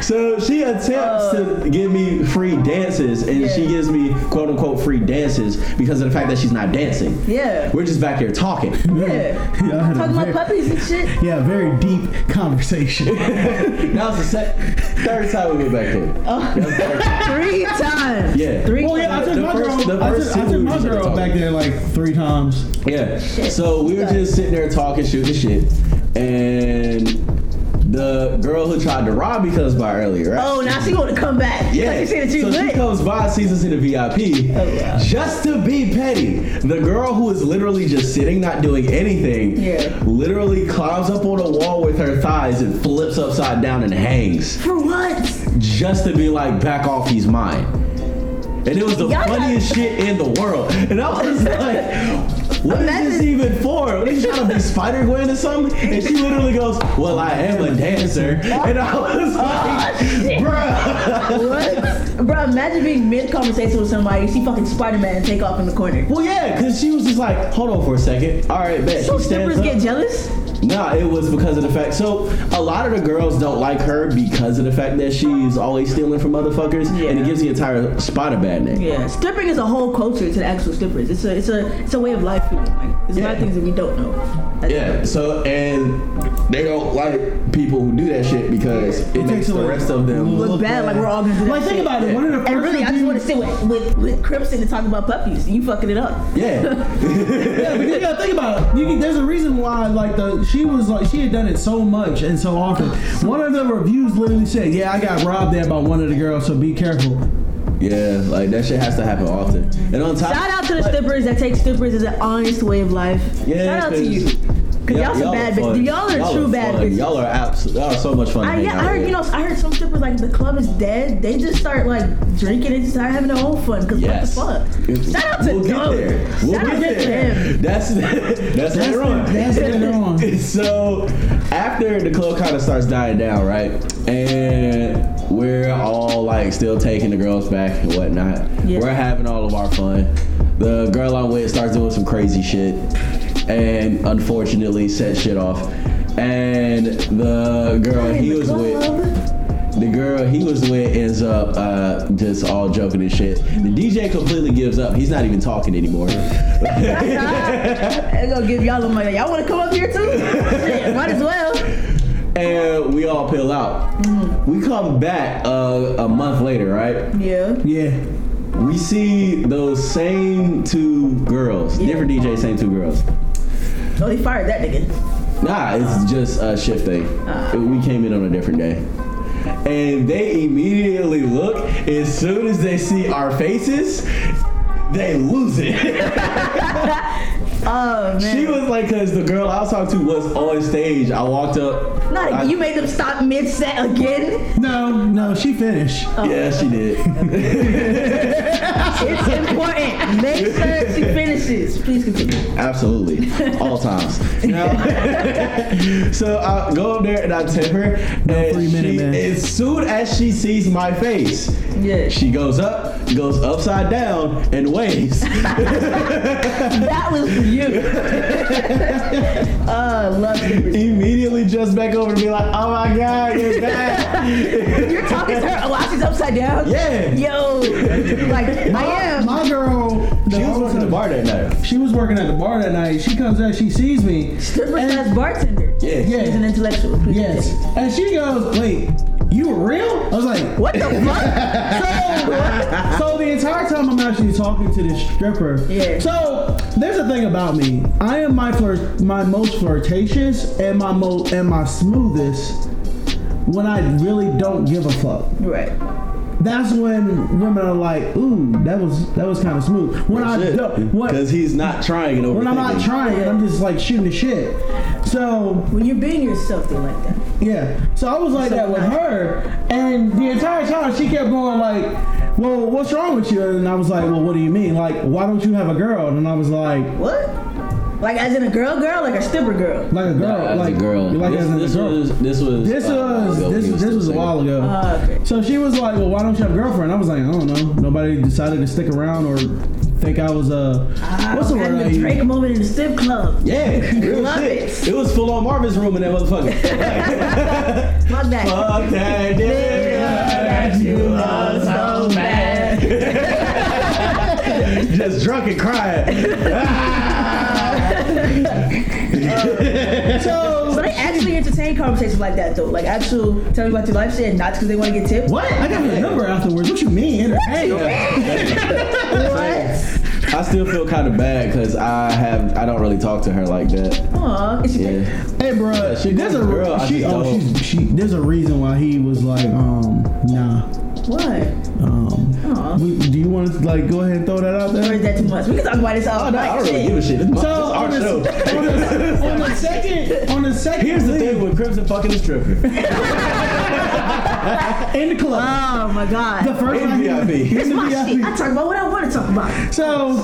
Speaker 1: so she attempts to give me free dances, and
Speaker 2: Yeah.
Speaker 1: she gives me quote unquote free dances because of the fact that she's not dancing.
Speaker 2: Yeah.
Speaker 1: We're just back here talking.
Speaker 2: Yeah.
Speaker 3: Yeah, I had a
Speaker 2: Talking about
Speaker 3: very-
Speaker 2: puppies and shit.
Speaker 3: Yeah, very deep conversation.
Speaker 1: That was the sec- third time we went back there.
Speaker 2: Three times.
Speaker 1: Yeah.
Speaker 2: Three
Speaker 3: Well, yeah, I
Speaker 1: The
Speaker 3: took my
Speaker 1: first- the
Speaker 3: girl. I
Speaker 1: first
Speaker 3: took, I
Speaker 1: two
Speaker 3: took
Speaker 1: we
Speaker 3: my
Speaker 1: was in the
Speaker 3: girl
Speaker 1: talk.
Speaker 3: back there like three times.
Speaker 1: Yeah. So we were just sitting there talking, shooting shit, and the girl who tried to rob me comes by earlier, right?
Speaker 2: Oh, now she want to come back.
Speaker 1: Yeah.
Speaker 2: Like you said that you
Speaker 1: so she
Speaker 2: lit.
Speaker 1: comes by, sees us in the VIP,
Speaker 2: Oh, wow.
Speaker 1: just to be petty. The girl who is literally just sitting, not doing anything,
Speaker 2: Yeah.
Speaker 1: literally climbs up on a wall with her thighs and flips upside down and hangs,
Speaker 2: For what?
Speaker 1: just to be like, back off, he's mine. And it was the
Speaker 2: Y'all got-
Speaker 1: funniest shit in the world. And I was like, what is this
Speaker 2: Imagine-
Speaker 1: even for? What are you trying to be Spider Gwen or something? And she literally goes,
Speaker 2: Oh,
Speaker 1: Well, I am a dancer. And I was like, Bruh.
Speaker 2: What? Bro, imagine being mid conversation with somebody, you see fucking Spider Man take off in the corner.
Speaker 1: Well, yeah, because she was just like, hold on for a second. All right, bet.
Speaker 2: So
Speaker 1: She stands
Speaker 2: strippers
Speaker 1: up.
Speaker 2: get jealous?
Speaker 1: Nah, it was because of the fact. So a lot of the girls don't like her because of the fact that she's always stealing from motherfuckers, and
Speaker 2: Yeah.
Speaker 1: it gives the entire spot a bad name.
Speaker 2: Yeah. Stripping is a whole culture to the actual strippers. It's a it's a it's a way of life for them. Like there's a lot of
Speaker 1: Yeah.
Speaker 2: things that we don't know. That's-
Speaker 1: Yeah, so and they don't like people who do that shit because it makes the rest of them.
Speaker 2: Look bad, like we're all gonna do that
Speaker 3: Like think
Speaker 2: shit.
Speaker 3: about it. One of the first
Speaker 2: And really, I just want to
Speaker 3: reviews-
Speaker 2: sit with, with, with Crimson and talk about puppies. You fucking it up.
Speaker 1: Yeah,
Speaker 3: yeah, but you gotta think about it. You can, there's a reason why like the she was like she had done it so much and so often. One of the reviews literally said, "Yeah, I got robbed there by one of the girls, so be careful."
Speaker 1: yeah, like that shit has to happen often. And on top,
Speaker 2: Shout out to the strippers that take strippers as an honest way of life.
Speaker 1: Yeah,
Speaker 2: Shout out to you. Cause
Speaker 1: Y'all-
Speaker 2: y'all some
Speaker 1: y'all
Speaker 2: bad
Speaker 1: are
Speaker 2: bitches.
Speaker 1: fun.
Speaker 2: Y'all are true bad
Speaker 1: fun.
Speaker 2: bitches.
Speaker 1: Y'all are abs- y'all are so much fun. to
Speaker 2: I,
Speaker 1: hang
Speaker 2: yeah, I
Speaker 1: out
Speaker 2: heard
Speaker 1: with.
Speaker 2: you know I heard some strippers like the club is dead. They just start like drinking and start having their own fun. Cause
Speaker 1: Yes.
Speaker 2: what the
Speaker 1: If-
Speaker 2: fuck? Shout out to
Speaker 1: we'll
Speaker 2: them.
Speaker 1: Get there. We'll
Speaker 2: Shout
Speaker 1: get
Speaker 2: out to
Speaker 1: there.
Speaker 2: them.
Speaker 1: That's that's later on.
Speaker 3: That's later on.
Speaker 1: so after the club kind of starts dying down, right? And we're all like still taking the girls back and whatnot.
Speaker 2: Yeah.
Speaker 1: We're having all of our fun. The girl I'm with starts doing some crazy shit, and unfortunately set shit off. And the girl he was with. The girl he was with ends up uh, just all joking and shit. The DJ completely gives up. He's not even talking anymore.
Speaker 2: I'm gonna give y'all a money. Y'all wanna come up here too? Shit, might as well.
Speaker 1: and we all peel out. We come back uh, a month later, right?
Speaker 2: Yeah.
Speaker 3: Yeah.
Speaker 1: We see those same two girls, different DJ, same two girls.
Speaker 2: Oh, they fired that nigga.
Speaker 1: Nah, it's just a shift thing.
Speaker 2: Ah.
Speaker 1: we came in on a different day. And they immediately look as soon as they see our faces, they lose it.
Speaker 2: Oh man.
Speaker 1: She was like, because the girl I was talking to was on stage. I walked up.
Speaker 2: Not
Speaker 1: I-
Speaker 2: you made them stop mid set again.
Speaker 3: No, no, she finished.
Speaker 1: Yeah, she did.
Speaker 2: It's important. Make sure she finishes. Please continue.
Speaker 1: Absolutely. All times. Now- so I go up there and I tip her. And
Speaker 3: three minute
Speaker 1: she-
Speaker 3: man.
Speaker 1: as soon as she sees my face,
Speaker 2: Yeah.
Speaker 1: she goes up, goes upside down, and waves.
Speaker 2: That was for you. uh, love you.
Speaker 1: Immediately jumps back over to be like, oh my God, you're back.
Speaker 2: You're talking to her while she's upside down?
Speaker 1: yeah.
Speaker 2: Yo. Like, I am.
Speaker 3: My girl, the
Speaker 1: She was working the bar that night.
Speaker 3: She was working at the bar that night. She comes out, she sees me.
Speaker 2: Stripper
Speaker 3: And-
Speaker 2: slash bartender.
Speaker 1: Yeah.
Speaker 3: Yeah.
Speaker 2: She's an intellectual. Please
Speaker 3: Yes.
Speaker 2: continue.
Speaker 3: And she goes, wait, you were real? I was like,
Speaker 2: What the fuck?
Speaker 3: so the entire time I'm actually talking to this stripper.
Speaker 2: Yeah.
Speaker 3: So there's a thing about me. I am my flirt, my most flirtatious and my mo and my smoothest when I really don't give a fuck.
Speaker 2: right.
Speaker 3: That's when women are like, ooh, that was that was kind of smooth. When I don't, when,
Speaker 1: Because he's not trying and overthinking.
Speaker 3: when I'm not trying, I'm just like shooting the shit. So
Speaker 2: When you're being yourself, they like that.
Speaker 3: yeah. So I was like that with her, and the entire time she kept going like, "Well, what's wrong with you?" And I was like, "Well, what do you mean? Like, why don't you have a girl?" And I was like,
Speaker 2: What? Like, as in a girl girl? Like a stripper girl?
Speaker 3: "Like a girl,
Speaker 1: Nah, as
Speaker 3: like
Speaker 1: a girl.
Speaker 3: like
Speaker 1: this,
Speaker 3: as in
Speaker 1: this
Speaker 3: a girl."
Speaker 1: was this was
Speaker 3: this
Speaker 1: uh,
Speaker 3: was
Speaker 1: ago. He
Speaker 3: this, this
Speaker 1: still
Speaker 3: was a
Speaker 1: single.
Speaker 3: while ago.
Speaker 2: Uh, okay.
Speaker 3: So she was like, "Well, why don't you have a girlfriend?" I was like, "I don't know. Nobody decided to stick around or think I was uh, what's the word?"
Speaker 2: I'm
Speaker 3: I
Speaker 2: having a
Speaker 3: use?
Speaker 2: Drake moment in the strip club.
Speaker 1: Yeah, real
Speaker 2: Love
Speaker 1: shit.
Speaker 2: it.
Speaker 1: It was full on Marvin's room in that motherfucker.
Speaker 2: Fuck that.
Speaker 1: Fuck that nigga that you love so bad. Just drunk and crying.
Speaker 2: So they actually entertain conversations like that though. Like actual tell me about your life shit, not because they want to get tips.
Speaker 3: What? I got her number afterwards. What you mean?
Speaker 2: What?
Speaker 1: I still feel kind of bad because I have I don't really talk to her like that.
Speaker 2: Aw, it's your
Speaker 1: Yeah.
Speaker 3: Hey, bro,
Speaker 1: she
Speaker 3: there's a
Speaker 1: good girl, I
Speaker 3: she,
Speaker 1: just
Speaker 3: oh,
Speaker 1: don't-
Speaker 3: she's, she there's a reason why he was like, um, nah.
Speaker 2: What?
Speaker 3: Um,
Speaker 2: Aw.
Speaker 3: we, do you want to like go ahead and throw that out
Speaker 2: Or
Speaker 3: there?
Speaker 2: is that too much? We can talk about this all
Speaker 1: Oh, no, I
Speaker 2: night.
Speaker 1: don't really
Speaker 2: shit.
Speaker 1: give a shit. This is
Speaker 3: So
Speaker 1: our
Speaker 3: on the,
Speaker 1: show.
Speaker 3: on, the, on the second, on the second,
Speaker 1: Here's the thing with Crimson fucking the stripper.
Speaker 3: in the club.
Speaker 2: Oh my god.
Speaker 3: the first
Speaker 1: Uh, In
Speaker 3: time he-
Speaker 1: VIP.
Speaker 3: he was
Speaker 2: That's
Speaker 3: in
Speaker 2: my
Speaker 3: the
Speaker 2: shit. I
Speaker 3: VIP.
Speaker 2: talk about what I want to talk about.
Speaker 3: So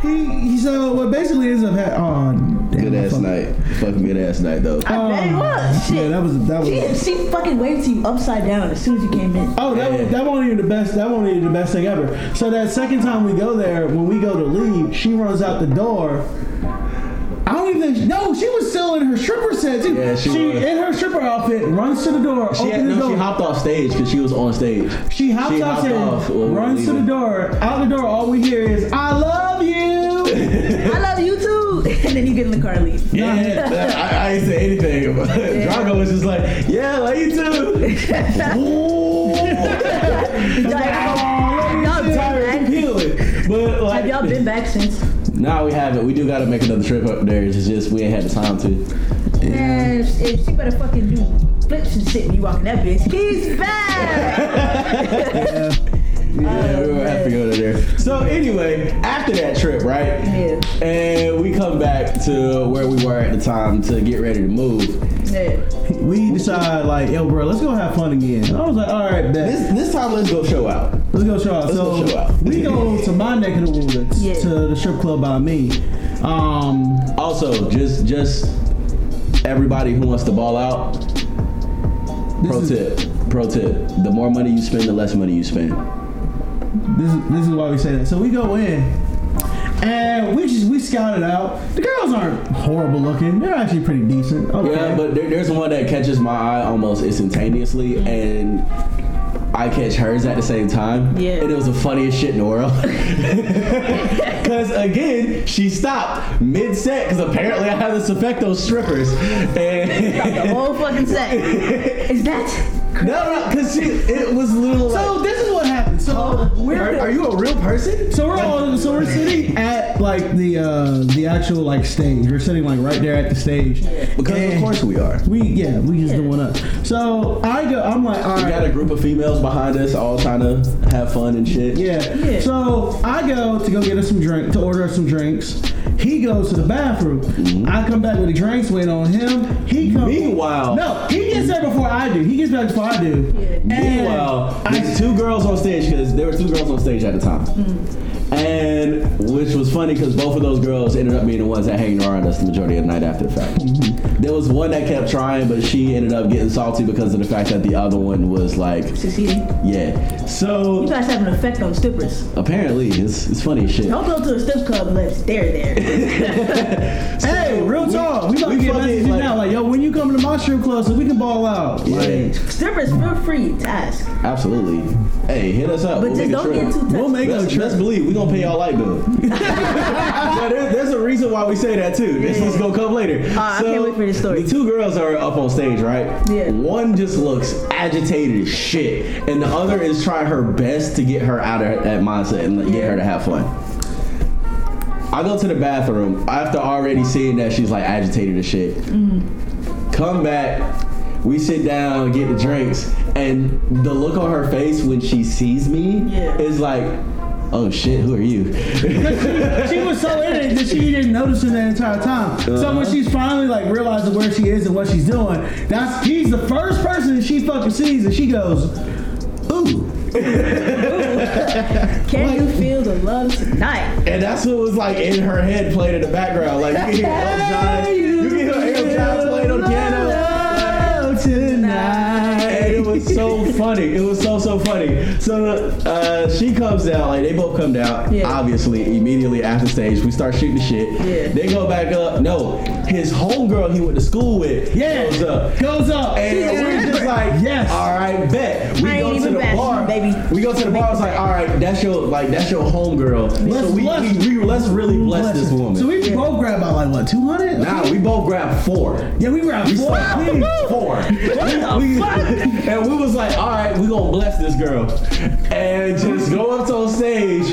Speaker 3: he, he so what basically ends up ha- oh Damn,
Speaker 1: Good
Speaker 3: I
Speaker 1: ass
Speaker 3: fuck-
Speaker 1: night. Fucking good ass night though.
Speaker 2: I bet it
Speaker 3: Um,
Speaker 2: was. Shit.
Speaker 3: Yeah, that was that was.
Speaker 2: She, she fucking waved to you upside down as soon as you came in.
Speaker 3: Oh, that,
Speaker 1: Yeah.
Speaker 3: that wasn't even the best. That wasn't even the best thing ever. So that second time we go there, when we go to leave, she runs out the door. I don't even think. She, no, she was still in her stripper set. Too.
Speaker 1: Yeah, she was.
Speaker 3: in her stripper outfit runs to the door.
Speaker 1: She had,
Speaker 3: opens the
Speaker 1: no,
Speaker 3: door.
Speaker 1: she hopped off stage because she was on stage.
Speaker 3: Oh, She hops
Speaker 1: She
Speaker 3: out
Speaker 1: hopped
Speaker 3: there,
Speaker 1: off when we were
Speaker 3: runs to the
Speaker 1: leaving.
Speaker 3: door. Out the door, all we hear is "I love you."
Speaker 2: I love you too. And then you get in the car and leave.
Speaker 1: Yeah, I, I didn't say anything. Drago was just like, yeah, like you too.
Speaker 2: Y'all, y'all been
Speaker 1: I'm
Speaker 2: back?
Speaker 1: peeling. But
Speaker 2: Have
Speaker 1: like,
Speaker 2: y'all been back since?
Speaker 1: nah, we haven't. We do gotta make another trip up there. It's just we ain't had the time to.
Speaker 2: Man, she, she better fucking do flips and shit when you walk in that bitch. He's back!
Speaker 1: Yeah, we gonna have to go to there. So anyway, after that trip, right?
Speaker 2: Yeah.
Speaker 1: And we come back to where we were at the time to get ready to move.
Speaker 2: yeah.
Speaker 3: we decide like, "Yo, bro, let's go have fun again." I was like, "All right, bet.
Speaker 1: This this time, let's go show out.
Speaker 3: Let's go show out.
Speaker 1: Let's
Speaker 3: so
Speaker 1: go show out.
Speaker 3: we go to my neck of the woods
Speaker 2: Yeah.
Speaker 3: to the strip club by me. Um,
Speaker 1: Also, just just everybody who wants to ball out. Pro
Speaker 3: is-
Speaker 1: tip, pro tip: the more money you spend, the less money you spend.
Speaker 3: this is this is why we say that. So we go in and we just we scout it out. The girls aren't horrible looking. They're actually pretty decent. Okay.
Speaker 1: Yeah, but there, there's one that catches my eye almost instantaneously, and I catch hers at the same time.
Speaker 2: Yeah.
Speaker 1: and it was the funniest shit in the world. Because again, she stopped mid set because apparently I have this effect on strippers, and
Speaker 2: The whole fucking set. Is that?
Speaker 1: no, no, because it was little.
Speaker 3: so this is what happened. So
Speaker 1: like,
Speaker 3: we're
Speaker 1: are, are you a real person?
Speaker 3: So we're all so we're sitting at like the uh the actual like stage. We're sitting like right there at the stage.
Speaker 1: Because of
Speaker 3: And
Speaker 1: course we are.
Speaker 3: we yeah, we just doing up. So I go I'm like, all
Speaker 1: We
Speaker 3: right.
Speaker 1: got a group of females behind us, all trying to have fun and shit.
Speaker 3: Yeah.
Speaker 2: Yeah.
Speaker 3: So I go to go get us some drink to order us some drinks. He goes to the bathroom.
Speaker 1: Mm-hmm.
Speaker 3: I come back with the drinks waiting on him. He comes.
Speaker 1: Meanwhile-
Speaker 3: no, he gets there before I do. He gets back before I do. And
Speaker 2: uh,
Speaker 1: Meanwhile,
Speaker 3: I-
Speaker 1: there's two girls on stage because there were two girls on stage at the time, and which was funny because both of those girls ended up being the ones that hanged around us the majority of the night after the fact. There was one that kept trying, but she ended up getting salty because of the fact that the other one was like,
Speaker 2: Succeeding.
Speaker 1: yeah.
Speaker 2: You
Speaker 1: So
Speaker 2: guys have an effect on strippers.
Speaker 1: apparently, it's it's funny as shit.
Speaker 2: Don't go to a strip club unless they're there.
Speaker 3: hey, real talk. We about
Speaker 1: we
Speaker 3: to get
Speaker 1: fucking,
Speaker 3: messages
Speaker 1: like-
Speaker 3: now. Like, yo, when you coming to my strip club so we can ball out.
Speaker 1: Yeah,
Speaker 3: Like,
Speaker 2: strippers, feel free to ask.
Speaker 1: absolutely. Hey, hit us up.
Speaker 2: But
Speaker 1: we'll
Speaker 2: just
Speaker 1: make a
Speaker 2: don't
Speaker 1: trip.
Speaker 2: get too touchy.
Speaker 1: We'll make a
Speaker 3: Let's-
Speaker 1: trip. Best believe we gonna pay y'all light bill. But there- there's a reason why we say that too. This is gonna come later.
Speaker 2: Uh, I can't wait for this story.
Speaker 1: The two girls are up on stage, right?
Speaker 2: Yeah.
Speaker 1: One just looks agitated as shit, and the other is trying her best to get her out of that mindset and get her to have fun. I go to the bathroom after already seeing that she's like agitated as shit. Come back. We sit down, get the drinks, and the look on her face when she sees me
Speaker 2: Yeah.
Speaker 1: is like, "Oh shit, who are you?"
Speaker 3: she was so in it that she didn't notice him that entire time.
Speaker 1: Uh-huh.
Speaker 3: So when she's finally like realizing where she is and what she's doing, that's he's the first person that she fucking sees, and she goes, "Ooh."
Speaker 2: Can you feel the love tonight?
Speaker 1: And that's what was like in her head playing in the background. Like you can hear Elton John, you can hear Elton John playing on the piano.
Speaker 3: tonight.
Speaker 1: And it was so funny. It was so so funny. So uh, she comes down, like they both come down.
Speaker 2: Yeah.
Speaker 1: Obviously, immediately after stage, we start shooting the shit.
Speaker 2: Yeah.
Speaker 1: They go back up. No, his homegirl he went to school with
Speaker 3: Yeah,
Speaker 1: goes up.
Speaker 3: goes up.
Speaker 1: And
Speaker 2: She's
Speaker 1: we're
Speaker 2: different.
Speaker 1: just like,
Speaker 3: Yes.
Speaker 1: all right, bet. We
Speaker 2: I ain't
Speaker 1: go to
Speaker 2: even
Speaker 1: the
Speaker 2: bashing
Speaker 1: bar,
Speaker 2: you, baby.
Speaker 1: We go to the bar. It's like, all right, that's your like that's your homegirl.
Speaker 3: Let's
Speaker 1: so we,
Speaker 3: bless-
Speaker 1: we, we let's really bless, this woman.
Speaker 3: So we
Speaker 2: Yeah.
Speaker 3: both grabbed about like what, two hundred?
Speaker 1: Nah, we both grabbed four.
Speaker 3: Yeah, we grabbed
Speaker 1: We
Speaker 3: four.
Speaker 1: slapped
Speaker 3: please.
Speaker 1: four. We- and we was like, all right, we gonna bless this girl, and just go up to on stage.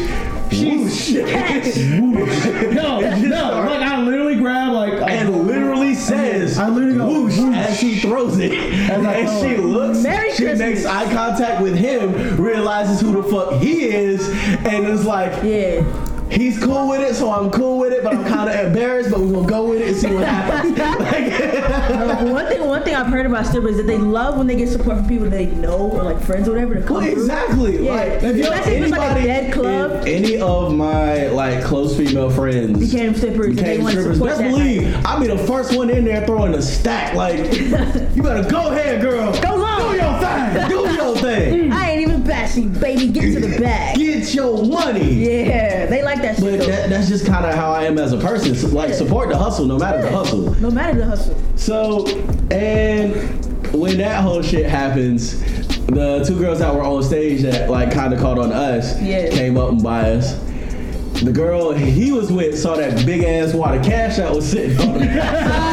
Speaker 1: She's
Speaker 3: No, no. Like I literally grabbed like a-
Speaker 1: and literally says,
Speaker 3: I literally go,
Speaker 1: whoosh,
Speaker 3: whoosh.
Speaker 1: as she throws it. And,
Speaker 3: I throw
Speaker 1: she
Speaker 3: it.
Speaker 1: looks,
Speaker 2: Merry
Speaker 1: she
Speaker 2: Christmas.
Speaker 1: makes eye contact with him, realizes who the fuck he is, and is like,
Speaker 2: Yeah.
Speaker 1: he's cool with it, so I'm cool with it, but I'm kind of embarrassed. But we're gonna go with it and see what happens. Like,
Speaker 2: one thing, one thing I've heard about strippers is that they love when they get support from people that they know or like friends or whatever to come.
Speaker 1: Well,
Speaker 2: through.
Speaker 1: exactly.
Speaker 2: Yeah.
Speaker 1: Like, if you
Speaker 2: Especially if it's like a
Speaker 1: anybody
Speaker 2: dead club.
Speaker 1: in any of my like close female friends
Speaker 2: Became strippers and they
Speaker 1: became
Speaker 2: wanna
Speaker 1: strippers,
Speaker 2: support
Speaker 1: best
Speaker 2: that.
Speaker 1: believe I'll be the first one in there throwing a stack. Like, you better go ahead, girl.
Speaker 2: Go Mm. long.
Speaker 1: Do your thing. Do your thing.
Speaker 2: I ain't even bashing, baby. Get to the bag.
Speaker 1: Get your money.
Speaker 2: Yeah, they like that shit.
Speaker 1: But
Speaker 2: though.
Speaker 1: that, that's just kind of how I am as a person. So, like, support the hustle, no matter the hustle.
Speaker 2: No matter the hustle.
Speaker 1: So, and when that whole shit happens, the two girls that were on stage that like kind of called on us
Speaker 2: Yeah.
Speaker 1: came up and by us. The girl he was with saw that big ass wad of cash that was sitting on the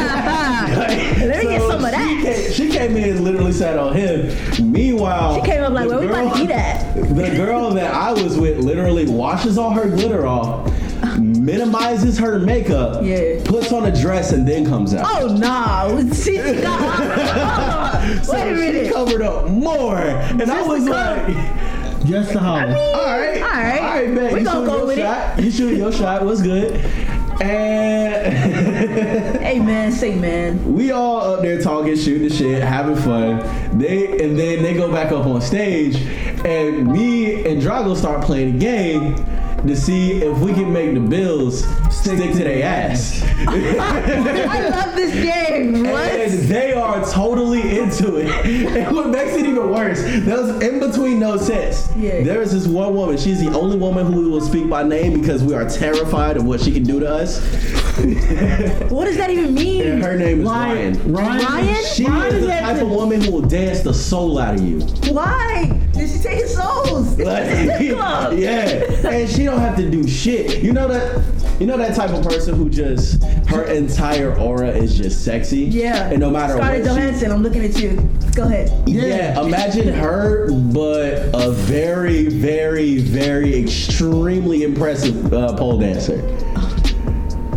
Speaker 2: Let me get some of that.
Speaker 1: She came in and literally sat on him. Meanwhile,
Speaker 2: She came up like,
Speaker 1: the
Speaker 2: "Where we about to
Speaker 1: girl-
Speaker 2: eat at?"
Speaker 1: The girl that I was with literally washes all her glitter off, minimizes her makeup,
Speaker 2: Yeah.
Speaker 1: puts on a dress, and then comes out.
Speaker 2: Oh no, she got oh,
Speaker 1: So
Speaker 2: Wait a
Speaker 1: she
Speaker 2: minute.
Speaker 1: covered up more, and I
Speaker 2: Just
Speaker 1: was
Speaker 2: the
Speaker 1: like,
Speaker 2: cover.
Speaker 3: Just the holler.
Speaker 1: "All right,
Speaker 2: All right.
Speaker 1: all right, man.
Speaker 2: We
Speaker 1: you shoot
Speaker 2: gonna go
Speaker 1: your
Speaker 2: with it."
Speaker 1: shot. You shoot your shot. What's good?" And
Speaker 2: Hey man, say man.
Speaker 1: we all up there talking, shooting the shit, having fun. They and then they go back up on stage, and me and Drago start playing a game to see if we can make the bills stick, to their ass.
Speaker 2: I love this game.
Speaker 1: And
Speaker 2: What?
Speaker 1: they are totally into it. And what makes it even worse, those in between those sets,
Speaker 2: Yeah.
Speaker 1: there is this one woman. She's the only woman who we will speak by name because we are terrified of what she can do to us.
Speaker 2: What does that even
Speaker 1: And
Speaker 2: mean?
Speaker 1: her name is Ryan.
Speaker 3: Ryan. Ryan.
Speaker 2: Ryan?
Speaker 1: She
Speaker 2: Ryan
Speaker 1: is the
Speaker 2: that
Speaker 1: type of woman who will dance the soul out of you.
Speaker 2: Why? Did she take his souls? It's
Speaker 1: Like,
Speaker 2: a strip club.
Speaker 1: yeah, and she don't have to do shit. You know that, you know that type of person who just her entire aura is just sexy.
Speaker 2: Yeah.
Speaker 1: and no matter
Speaker 2: Scarlett
Speaker 1: what, she
Speaker 2: Johansson, I'm looking at you. Go ahead.
Speaker 1: Yeah. imagine her, but a very, very, very extremely impressive uh, pole dancer.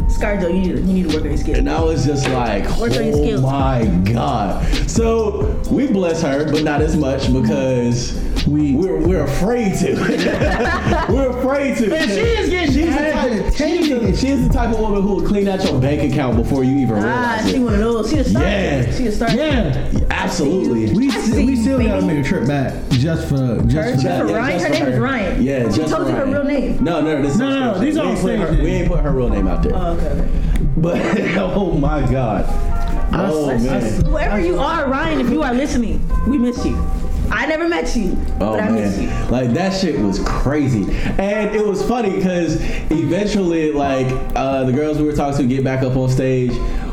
Speaker 2: Scarjo, you need to, you need to work on your skin.
Speaker 1: And I was just like,
Speaker 2: Work on your
Speaker 1: oh
Speaker 2: skills."
Speaker 1: my God. So we bless her, but not as much because
Speaker 3: We-
Speaker 1: we're, we're afraid to. we're afraid to.
Speaker 3: And she is getting
Speaker 1: she's the,
Speaker 3: mad
Speaker 1: type,
Speaker 3: at
Speaker 1: she's, the,
Speaker 3: taking it.
Speaker 1: she's the type of woman who will clean out your bank account before you even
Speaker 2: Ah,
Speaker 1: realize
Speaker 2: she
Speaker 1: it.
Speaker 2: one of those. She a star.
Speaker 1: Yeah.
Speaker 2: She a star.
Speaker 3: Yeah.
Speaker 1: Absolutely.
Speaker 3: We,
Speaker 2: I see
Speaker 3: st- we
Speaker 2: you,
Speaker 3: still gotta
Speaker 2: baby.
Speaker 3: make a trip back just for just for
Speaker 2: Just
Speaker 1: Yeah,
Speaker 2: for
Speaker 3: that.
Speaker 1: yeah,
Speaker 2: Ryan?
Speaker 1: just
Speaker 2: Her
Speaker 1: for
Speaker 2: name is Ryan.
Speaker 1: Yeah,
Speaker 2: She
Speaker 1: just
Speaker 2: told
Speaker 1: for
Speaker 2: you her
Speaker 1: Ryan.
Speaker 2: real name.
Speaker 1: No, no, this is
Speaker 3: No, no, no, these
Speaker 1: we
Speaker 3: are
Speaker 1: ain't
Speaker 3: all Uh,
Speaker 1: put her,
Speaker 3: stage
Speaker 1: We ain't put her real name out there.
Speaker 2: Oh, okay, okay.
Speaker 1: But oh my god. Oh
Speaker 3: I-
Speaker 1: man.
Speaker 2: Wherever you are, Ryan, if you are listening, we miss you. I never met you,
Speaker 1: Oh
Speaker 2: but I miss you.
Speaker 1: man. Like that shit was crazy. And it was funny because eventually like uh, the girls we were talking to get back up on stage.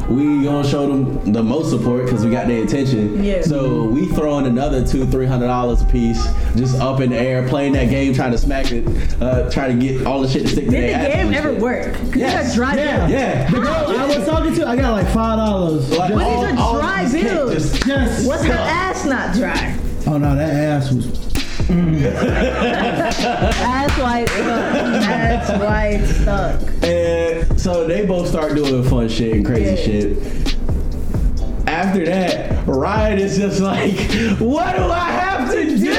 Speaker 1: We gonna show them the most support because we got their attention.
Speaker 2: Yeah.
Speaker 1: So we throwing another two, three hundred dollars a piece, just up in the air, playing that game, trying to smack it, uh, trying to get all the shit to stick to
Speaker 2: Did
Speaker 1: their
Speaker 2: the
Speaker 1: asses
Speaker 2: game
Speaker 1: and
Speaker 2: ever
Speaker 1: shit.
Speaker 2: work? 'Cause you
Speaker 1: Yes.
Speaker 2: got dry
Speaker 3: Yeah.
Speaker 2: bills.
Speaker 1: Yeah.
Speaker 3: The girl I was talking to, I got like five dollars.
Speaker 1: Like,
Speaker 2: But these
Speaker 1: all-
Speaker 2: are
Speaker 1: all
Speaker 2: dry
Speaker 1: this cake
Speaker 2: bills.
Speaker 1: just-
Speaker 3: Yes.
Speaker 2: Was her ass not dry?
Speaker 3: Oh no, that ass was.
Speaker 2: Ass white stuck. Ass white stuck.
Speaker 1: And so they both start doing fun shit and crazy
Speaker 2: Yeah.
Speaker 1: shit. After that, Ryan is just like, what do I have to do?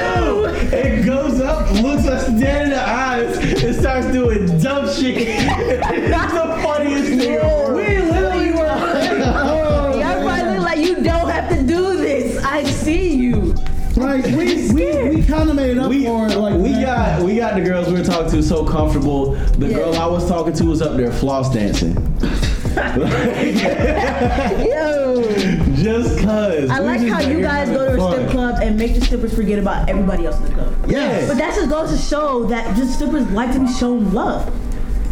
Speaker 1: And goes up, looks us dead in the eyes, and starts doing dumb shit. it's the funniest thing ever.
Speaker 2: We literally were. Y'all probably look like you don't have to do this. I see you.
Speaker 3: Like we we, we kind of made up
Speaker 1: we,
Speaker 3: for it. Like
Speaker 1: we
Speaker 3: that.
Speaker 1: got we got the girls we were talking to so comfortable. The
Speaker 2: Yeah.
Speaker 1: girl I was talking to was up there floss dancing.
Speaker 2: Yo.
Speaker 1: Just cause.
Speaker 2: I
Speaker 1: We
Speaker 2: like
Speaker 1: just
Speaker 2: how
Speaker 1: out
Speaker 2: you
Speaker 1: here
Speaker 2: guys
Speaker 1: having
Speaker 2: go to a
Speaker 1: fun.
Speaker 2: strip club and make the strippers forget about everybody else in the club.
Speaker 1: Yes.
Speaker 2: But that just goes to show that just strippers like to be shown love.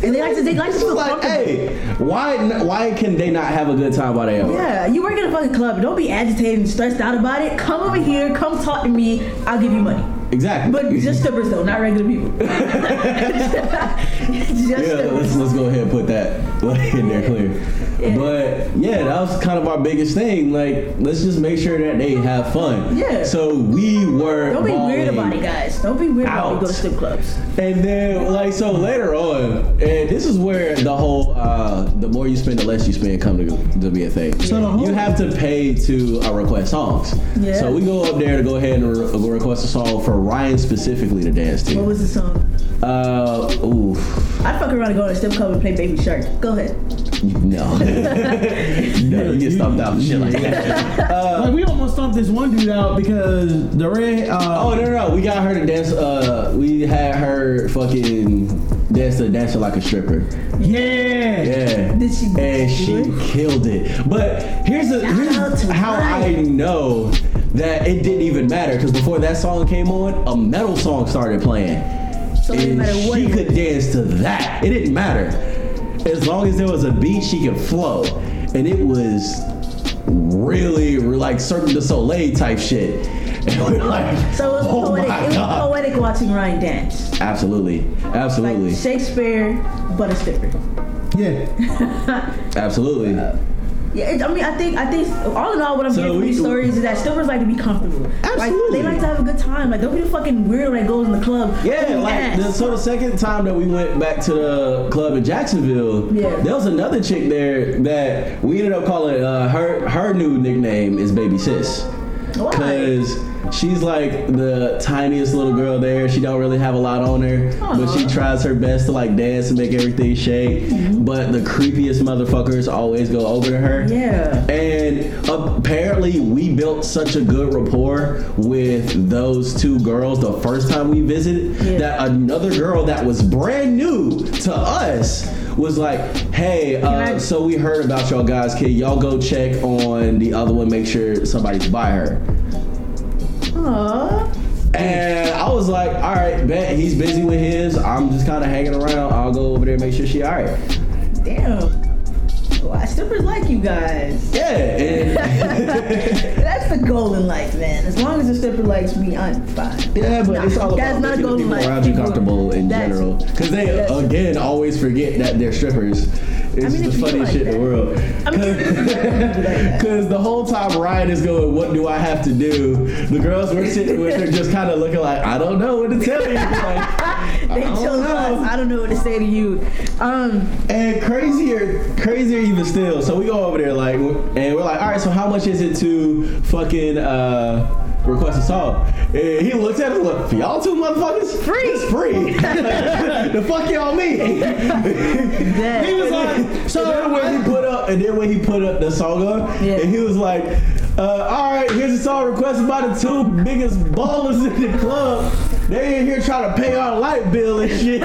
Speaker 2: And they like to they like to
Speaker 1: It's
Speaker 2: feel
Speaker 1: like,
Speaker 2: comfortable.
Speaker 1: hey, why n- why can they not have a good time while they out?
Speaker 2: Yeah, you work at a fucking club. Don't be agitated and stressed out about it. Come over here, come talk to me, I'll give you money.
Speaker 1: Exactly.
Speaker 2: But just strippers though, not regular people. just
Speaker 1: yeah,
Speaker 2: strippers.
Speaker 1: let's let's go ahead and put that in there clear. But yeah, that was kind of our biggest thing. Like, let's just make sure that they have fun.
Speaker 2: Yeah.
Speaker 1: So we were.
Speaker 2: Don't be
Speaker 1: balling
Speaker 2: weird about it, guys. Don't be weird about it.
Speaker 1: Out.
Speaker 2: Go to strip clubs.
Speaker 1: and then, like, so later on, and this is where the whole uh, the more you spend, the less you spend come to, to be a thing.
Speaker 3: So the whole-
Speaker 1: you have to pay to uh, request songs.
Speaker 2: Yeah.
Speaker 1: So we go up there to go ahead and re- request a song for Ryan specifically to dance
Speaker 2: What
Speaker 1: to.
Speaker 2: was the song?
Speaker 1: Uh, oof,
Speaker 2: I'd fuck around and go to a strip club and play Baby Shark. Go ahead.
Speaker 1: no, no, you get stomped out for shit like that. uh,
Speaker 3: like we almost stomped this one dude out because the red. Uh,
Speaker 1: Oh no, no no! We got her to dance. Uh, we had her fucking dance to dancing like a stripper.
Speaker 3: yeah.
Speaker 1: Yeah.
Speaker 2: Did she-
Speaker 1: And she
Speaker 2: Really?
Speaker 1: killed it. But here's, the
Speaker 2: out
Speaker 1: here's
Speaker 2: to
Speaker 1: how I
Speaker 2: Ryan.
Speaker 1: know that it didn't even matter because before that song came on, a metal song started playing.
Speaker 2: So it didn't
Speaker 1: and
Speaker 2: matter what
Speaker 1: she
Speaker 2: it
Speaker 1: could dance to that. It didn't matter. As long as there was a beat, she could flow, and it was really like Cirque du Soleil type shit. And we were like,
Speaker 2: So it was
Speaker 1: oh
Speaker 2: poetic.
Speaker 1: my
Speaker 2: It was
Speaker 1: god.
Speaker 2: poetic watching Ryan dance.
Speaker 1: Absolutely,
Speaker 2: Like
Speaker 1: absolutely,
Speaker 2: Shakespeare, but a stripper.
Speaker 3: Yeah.
Speaker 1: absolutely.
Speaker 2: Yeah, it, I mean, I think, I think, all in all, what I'm
Speaker 1: So
Speaker 2: hearing from
Speaker 1: we-
Speaker 2: these stories is that strippers like to be comfortable. Like,
Speaker 1: Absolutely.
Speaker 2: they like to have a good time. Like, don't be the fucking weirdo that goes in the club.
Speaker 1: Yeah,
Speaker 2: Oh,
Speaker 1: like
Speaker 2: ass.
Speaker 1: the, so the second time that we went back to the club in Jacksonville,
Speaker 2: Yeah.
Speaker 1: there was another chick there that we ended up calling uh, her her new nickname is Baby Sis.
Speaker 2: Why?
Speaker 1: Cause she's like the tiniest little girl there. She don't really have a lot on her, but she
Speaker 2: Aw. Mm-hmm.
Speaker 1: tries her best to like dance and make everything shake. But the creepiest motherfuckers always go over to her.
Speaker 2: Yeah.
Speaker 1: And apparently, we built such a good rapport with those two girls the first time we visited
Speaker 2: Yeah.
Speaker 1: that another girl that was brand new to us was like, "Hey,
Speaker 2: Can
Speaker 1: uh,
Speaker 2: I-
Speaker 1: so we heard about y'all guys, kid. Y'all go check on the other one, make sure somebody's by her."
Speaker 2: Aw.
Speaker 1: And I was like, "All right, bet he's busy with his. I'm just kind of hanging around. I'll go over there and make sure she all right."
Speaker 2: Damn. Why strippers like you guys?
Speaker 1: Yeah, and
Speaker 2: That's the goal in life, man. As long as the stripper likes me, I'm fine.
Speaker 1: Yeah, but
Speaker 2: Nah,
Speaker 1: it's all
Speaker 2: that's
Speaker 1: about
Speaker 2: not
Speaker 1: making the
Speaker 2: golden
Speaker 1: people
Speaker 2: light.
Speaker 1: around you
Speaker 2: People-
Speaker 1: comfortable in
Speaker 2: that's-
Speaker 1: general. Because they,
Speaker 2: that's-
Speaker 1: again, always forget that they're strippers. It's
Speaker 2: mean,
Speaker 1: the
Speaker 2: if you
Speaker 1: funniest
Speaker 2: like
Speaker 1: shit in
Speaker 2: that.
Speaker 1: the world.
Speaker 2: I mean-
Speaker 1: Because the whole time Ryan is going, What do I have to do? The girls we're sitting with are just kind of looking like, I don't know what to tell you. Like,
Speaker 2: they
Speaker 1: don't
Speaker 2: chose
Speaker 1: know.
Speaker 2: us. I don't know what to say to you. Um,
Speaker 1: and crazier, crazier even still. So we go over there, like, and we're like, All right, so how much is it to fucking. Uh, Request a song. And he looks at us like, for y'all two motherfuckers, free. It's free. the fuck y'all mean?
Speaker 2: that,
Speaker 3: He was like,
Speaker 1: And
Speaker 3: so
Speaker 1: then when he put up, and then when he put up the song on,
Speaker 2: Yeah.
Speaker 1: and he was like, uh, "All right, here's a song requested by the two biggest ballers in the club. They in here trying to pay our light bill and shit."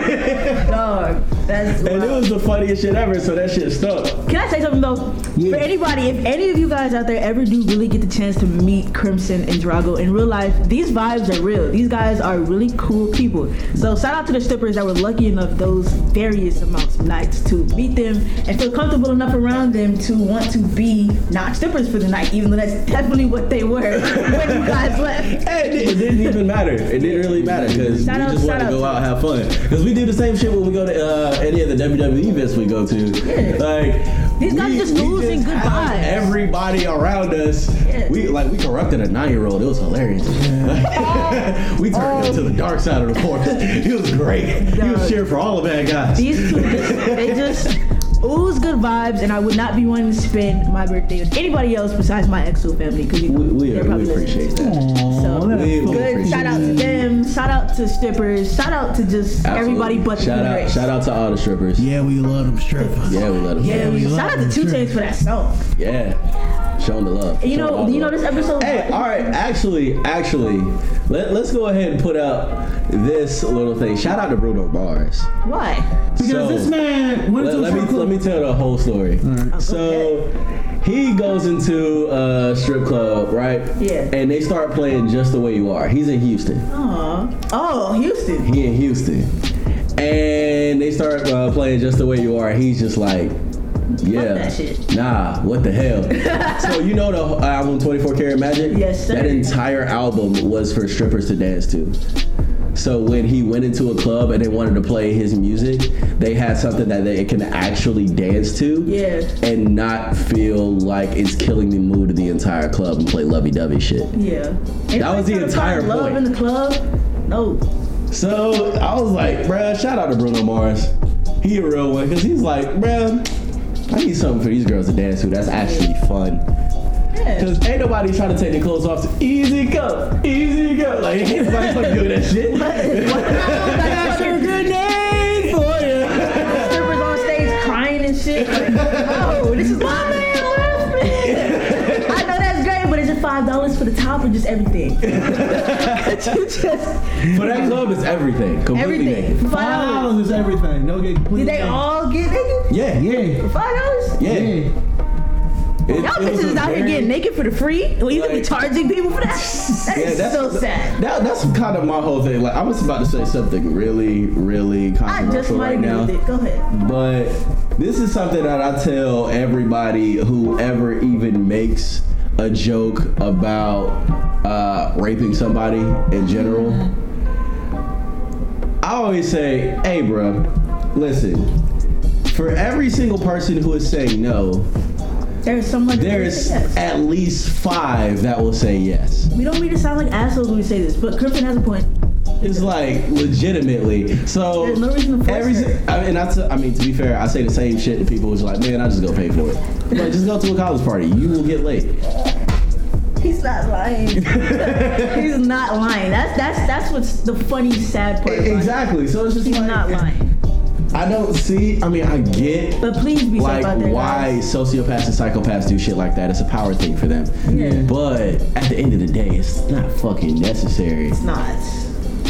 Speaker 2: dog. That's
Speaker 1: and it
Speaker 2: wild.
Speaker 1: was the funniest shit ever. So that shit stuck.
Speaker 2: Can I say something though?
Speaker 3: Yeah.
Speaker 2: For anybody, if any of you guys out there ever do really get the chance to meet Crimson and Drago in real life, these vibes are real. These guys are really cool people. So shout out to the strippers that were lucky enough those various amounts of nights to meet them and feel comfortable enough around them to want to be not strippers for the night, even though that's definitely what they were when you guys left.
Speaker 1: And it, it didn't even matter. It didn't really matter because we
Speaker 2: Shout out-
Speaker 1: just wanted
Speaker 2: shout
Speaker 1: to go out
Speaker 2: out
Speaker 1: and have fun. Because we do the same shit when we go to uh, any of the WWE events we go to.
Speaker 2: Yeah.
Speaker 1: Like
Speaker 2: These guys
Speaker 1: we-
Speaker 2: just
Speaker 1: we
Speaker 2: losing good
Speaker 1: have
Speaker 2: vibes.
Speaker 1: Everybody around us.
Speaker 2: Yeah.
Speaker 1: We like we corrupted a nine year old. It was hilarious. we turned him to the dark side of the force. He was great. He was
Speaker 2: Dog.
Speaker 1: cheering for all the bad guys.
Speaker 2: These two, just- they just ooze good vibes, and I would not be wanting to spend my birthday with anybody else besides my EXO family because you know,
Speaker 1: we we,
Speaker 2: they're
Speaker 1: we
Speaker 2: probably
Speaker 1: appreciate
Speaker 2: listening.
Speaker 1: that.
Speaker 2: So
Speaker 3: Aw,
Speaker 1: We- we
Speaker 2: good.
Speaker 1: appreciate
Speaker 2: Shout out to
Speaker 1: that.
Speaker 2: them. Shout out to strippers. Shout out to just everybody
Speaker 1: Absolutely.
Speaker 2: but the
Speaker 1: shout out,
Speaker 2: Race.
Speaker 1: shout out to all the strippers. Yeah,
Speaker 3: Yeah, we love them strippers.
Speaker 1: we let them.
Speaker 2: Yeah,
Speaker 3: Yeah, we
Speaker 2: shout
Speaker 3: love
Speaker 2: out to
Speaker 3: them,
Speaker 2: Two
Speaker 3: sure.
Speaker 2: Chainz for that song.
Speaker 1: Yeah. Show 'em the love.
Speaker 2: And you
Speaker 1: Show 'em all
Speaker 2: know,
Speaker 1: the
Speaker 2: you know
Speaker 1: love.
Speaker 2: this episode.
Speaker 1: Hey, all right. Actually, actually, let, let's go ahead and put out this little thing. Shout out to Bruno Mars.
Speaker 2: Why?
Speaker 3: Because
Speaker 1: So,
Speaker 3: this man went
Speaker 1: Let,
Speaker 3: to
Speaker 1: let
Speaker 3: the
Speaker 1: me
Speaker 3: strip
Speaker 1: let
Speaker 3: club.
Speaker 1: me tell the whole story.
Speaker 3: right.
Speaker 1: So he goes into a strip club, right?
Speaker 2: Yeah.
Speaker 1: And they start playing "Just the Way You Are." He's in Houston.
Speaker 2: Aw. Oh, Houston.
Speaker 1: He in Houston, and they start uh, playing "Just the Way You Are." He's just like. Yeah.
Speaker 2: that shit.
Speaker 1: Nah, what the hell? so you know the album 24 Karat Magic?
Speaker 2: Yes, sir.
Speaker 1: That entire album was for strippers to dance to. So when he went into a club and they wanted to play his music, they had something that they can actually dance to.
Speaker 2: Yeah.
Speaker 1: And not feel like it's killing the mood of the entire club and play lovey dovey shit.
Speaker 2: Yeah. Anybody
Speaker 1: was the
Speaker 2: trying to
Speaker 1: entire
Speaker 2: find love
Speaker 1: point.
Speaker 2: in the club? No.
Speaker 1: So I was like, bruh, shout out to Bruno Mars. He a real one, cause he's like, bruh, I need something for these girls to dance to. That's actually fun.
Speaker 2: Yeah.
Speaker 1: Cause ain't nobody trying to take their clothes off. To easy go, easy go. Like ain't nobody fucking doing that shit.
Speaker 2: Like, fucking
Speaker 1: grenade for
Speaker 2: strippers on stage crying and shit. Like, no, this is my man left me. I know that's great, but is it five dollars for the top or just everything? You just-
Speaker 1: you. For that club, it's everything. Completely
Speaker 2: everything.
Speaker 1: naked.
Speaker 2: Five
Speaker 3: Five
Speaker 2: dollars.
Speaker 3: dollars is everything. They'll get completely.
Speaker 2: Did they all get naked?
Speaker 1: Yeah, yeah,
Speaker 3: Yeah.
Speaker 2: Five dollars?
Speaker 1: yeah.
Speaker 3: Yeah.
Speaker 1: It-
Speaker 2: Y'all
Speaker 1: it was
Speaker 2: bitches is
Speaker 1: a
Speaker 2: out here
Speaker 1: very-
Speaker 2: getting naked for the free? Well, you could be
Speaker 1: Like-
Speaker 2: charging people for that? That
Speaker 1: Yeah,
Speaker 2: is
Speaker 1: that's
Speaker 2: so sad.
Speaker 1: That, that's kind of my whole thing. Like I was about to say something really, really
Speaker 2: I just
Speaker 1: controversial
Speaker 2: might
Speaker 1: right now.
Speaker 2: agree with it. Go ahead.
Speaker 1: but this is something that I tell everybody whoever even makes a joke about uh, raping somebody in general. I always say, hey, bro, listen. For every single person who is saying no,
Speaker 2: There's someone
Speaker 1: there's at least five that will say yes.
Speaker 2: We don't mean to sound like assholes when we say this, but Griffin has a point.
Speaker 1: It's like legitimately. So
Speaker 2: There's no reason to force
Speaker 1: every,
Speaker 2: her.
Speaker 1: I mean, I, t- I mean, to be fair, I say the same shit to people. who's like, man, I just go pay for it. I'm like, just go to a college party. You will get late.
Speaker 2: E-, He's not lying. He's not lying. That's that's that's what's the funny, sad part. about it.
Speaker 1: Exactly. So it's just
Speaker 2: He's
Speaker 1: like
Speaker 2: not lying.
Speaker 1: I don't see. I mean, I get
Speaker 2: But please be
Speaker 1: like
Speaker 2: safe out there.
Speaker 1: why
Speaker 2: guys.
Speaker 1: sociopaths and psychopaths do shit like that. It's a power thing for them.
Speaker 2: Yeah.
Speaker 1: But at the end of the day, it's not fucking necessary.
Speaker 2: It's not.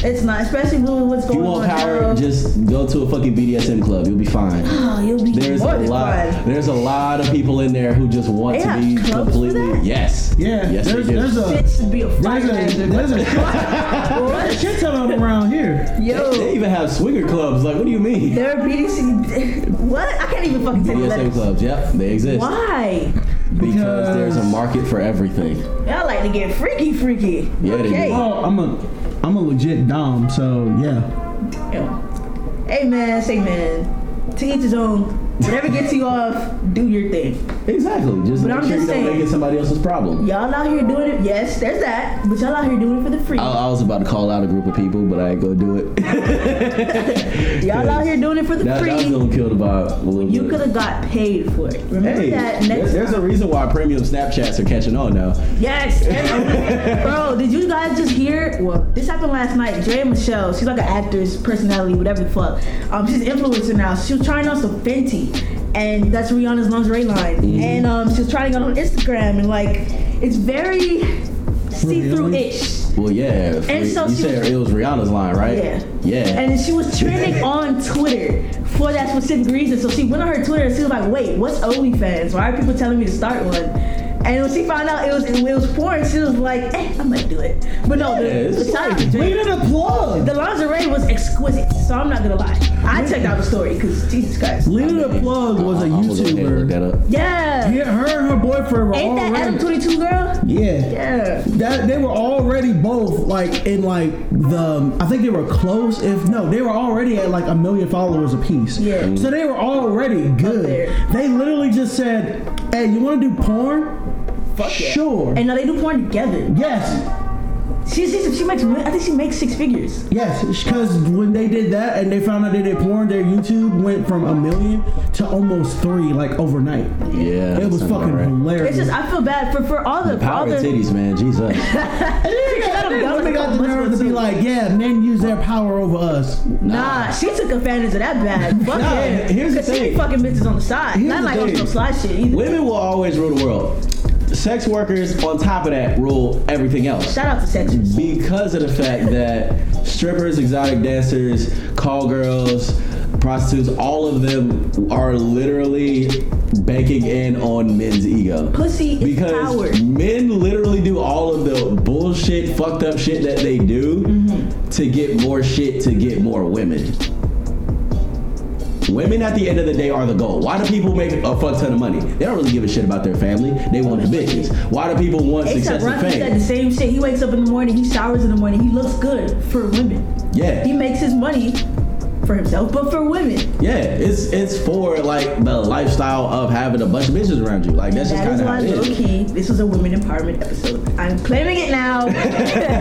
Speaker 2: It's not, especially with what's
Speaker 1: If
Speaker 2: going
Speaker 1: you want
Speaker 2: on now.
Speaker 1: power, just go to a fucking BDSM club. You'll be fine.
Speaker 2: oh, you'll be
Speaker 1: There's
Speaker 2: more
Speaker 1: a
Speaker 2: than
Speaker 1: lot.
Speaker 2: fine.
Speaker 1: There's a lot of people in there who just want
Speaker 2: They
Speaker 1: to
Speaker 2: have
Speaker 1: be
Speaker 2: clubs for
Speaker 1: completely.
Speaker 2: that?
Speaker 1: Yes.
Speaker 3: Yeah.
Speaker 1: Yes,
Speaker 3: there's,
Speaker 1: they do.
Speaker 3: there's a
Speaker 2: Shit should be a
Speaker 3: there's
Speaker 2: fight.
Speaker 3: a
Speaker 2: man.
Speaker 3: there's a there's a shit ton of them around here.
Speaker 1: They
Speaker 2: Yo,
Speaker 1: even have swinger clubs. Like, what do you mean?
Speaker 2: there are BDC. What? I can't even fucking take the
Speaker 1: BDSM
Speaker 2: letters.
Speaker 1: clubs. Yep, they exist
Speaker 2: Why?
Speaker 1: because,
Speaker 3: Because-
Speaker 1: there's a market for everything.
Speaker 2: Y'all like to get freaky, freaky.
Speaker 1: Yeah, they do.
Speaker 2: okay.
Speaker 3: Oh, I'm a I'm a legit dom. So yeah.
Speaker 2: Yo. Amen, say man. To each his own. Whatever gets you off, do your thing.
Speaker 1: Exactly. Just
Speaker 2: But
Speaker 1: make
Speaker 2: I'm
Speaker 1: sure
Speaker 2: just
Speaker 1: you don't
Speaker 2: saying-
Speaker 1: make it somebody else's problem.
Speaker 2: Y'all out here doing it. Yes, there's that. But y'all out here doing it for the free.
Speaker 1: I, I was about to call out a group of people, but I ain't gonna do it. that,
Speaker 2: y'all out here doing it for the
Speaker 1: that was
Speaker 2: free.
Speaker 1: gonna kill the vibe a little
Speaker 2: You could
Speaker 1: bit.
Speaker 2: have got paid for it. Remember
Speaker 1: Hey,
Speaker 2: that next.
Speaker 1: there's, there's a reason why premium Snapchats are catching on now.
Speaker 2: Yes. yes. Bro, did you guys just hear? Well, this happened last night. Drea Michelle, she's like an actress, personality, whatever the fuck. Um, she's an influencer now. She was trying on some Fenty, and that's Rihanna's lingerie line. And um, she was trying it on Instagram, and like, it's very see-through ish.
Speaker 1: Well, yeah. if
Speaker 2: And
Speaker 1: we-
Speaker 2: so
Speaker 1: you
Speaker 2: she-
Speaker 1: said it was Rihanna's line, right?
Speaker 2: Yeah.
Speaker 1: Yeah.
Speaker 2: And she was trending on Twitter for that specific reason. So she went on her Twitter and she was like, wait, what's OnlyFans? Why are people telling me to start one? And when she found out it was it was porn, she was like, eh, I might do it. But no,
Speaker 1: Yeah,
Speaker 2: the, the,
Speaker 1: it's
Speaker 2: shout out to
Speaker 1: like-
Speaker 2: Drake.
Speaker 3: it a plug.
Speaker 2: the lingerie was exquisite, so I'm not gonna lie. I checked out the story because Jesus Christ.
Speaker 3: Leader the plug was a
Speaker 1: I- I- I'm gonna go ahead and look
Speaker 3: YouTuber.
Speaker 1: that up.
Speaker 2: Yeah.
Speaker 3: Yeah, her and her boyfriend were
Speaker 2: Ain't that Adam
Speaker 3: already
Speaker 2: 22 girl?
Speaker 3: yeah.
Speaker 2: Yeah.
Speaker 3: That they were already both like in like the I think they were close if no they were already at like a million followers apiece.
Speaker 2: Yeah.
Speaker 3: So they were already
Speaker 2: there.
Speaker 3: good. They literally just said, "Hey, you want to do porn?
Speaker 2: Fuck yeah.
Speaker 3: sure.
Speaker 2: And now they do porn together.
Speaker 3: yes,
Speaker 2: She, she, she makes, I think she makes six figures.
Speaker 3: yes." Because when they did that and they found out they did porn, their YouTube went from a million to almost three like overnight.
Speaker 1: Yeah.
Speaker 3: It was
Speaker 1: sounds about
Speaker 3: fucking
Speaker 1: right.
Speaker 3: hilarious.
Speaker 2: It's just I feel bad for for all the, for all
Speaker 1: Power
Speaker 2: the
Speaker 1: titties, man. Jesus.
Speaker 2: Let them go.
Speaker 3: Women got the nerve to be like, "Yeah, men use their power over us."
Speaker 2: Nah, she took advantage of that bad. Fuck
Speaker 1: Nah,
Speaker 2: yeah.
Speaker 1: here's the
Speaker 2: 'Cause she
Speaker 1: thing.
Speaker 2: be fucking bitches on the side.
Speaker 1: Here's
Speaker 2: Not
Speaker 1: the
Speaker 2: like on
Speaker 1: thing.
Speaker 2: some side shit either.
Speaker 1: Women will always rule the world. Sex workers, on top of that, rule everything else.
Speaker 2: Shout out to Sexers.
Speaker 1: Because of the fact that strippers, exotic dancers, call girls, prostitutes, all of them are literally banking in on men's ego.
Speaker 2: Pussy is
Speaker 1: because
Speaker 2: power.
Speaker 1: men literally do all of the bullshit, fucked up shit that they
Speaker 2: Mm-hmm.
Speaker 1: do to get more shit to get more women. Women at the end of the day are the goal. Why do people make a fuck ton of money? They don't really give a shit about their family. They want the bitches. Why do people want success
Speaker 2: Except
Speaker 1: and
Speaker 2: Rocky said the
Speaker 1: fame?
Speaker 2: same shit. He wakes up in the morning, he showers in the morning, he looks good for women.
Speaker 1: Yeah.
Speaker 2: He makes his money for himself, but for women.
Speaker 1: Yeah, it's it's for like the lifestyle of having a bunch of bitches around you. Like that's just
Speaker 2: That
Speaker 1: kind
Speaker 2: is
Speaker 1: of how
Speaker 2: why,
Speaker 1: it
Speaker 2: low
Speaker 1: is.
Speaker 2: key, this was a women empowerment episode. I'm claiming it now.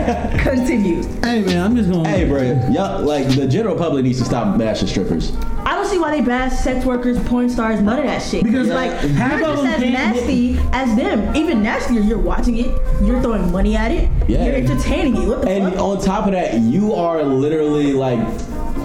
Speaker 2: Continue.
Speaker 3: Hey man, I'm just gonna.
Speaker 1: Hey, bro, y'all like the general public needs to stop bashing strippers.
Speaker 2: I don't see why they bash sex workers, porn stars, none of that shit.
Speaker 3: Because,
Speaker 1: uh,
Speaker 2: It's
Speaker 3: like,
Speaker 2: like
Speaker 3: half
Speaker 2: you're
Speaker 3: of
Speaker 2: just
Speaker 3: them
Speaker 2: as
Speaker 3: can't
Speaker 2: nasty as them. Even nastier. You're watching it. You're throwing money at it.
Speaker 1: Yeah.
Speaker 2: You're entertaining it. What the
Speaker 1: And
Speaker 2: fuck?
Speaker 1: on top of that, you are literally like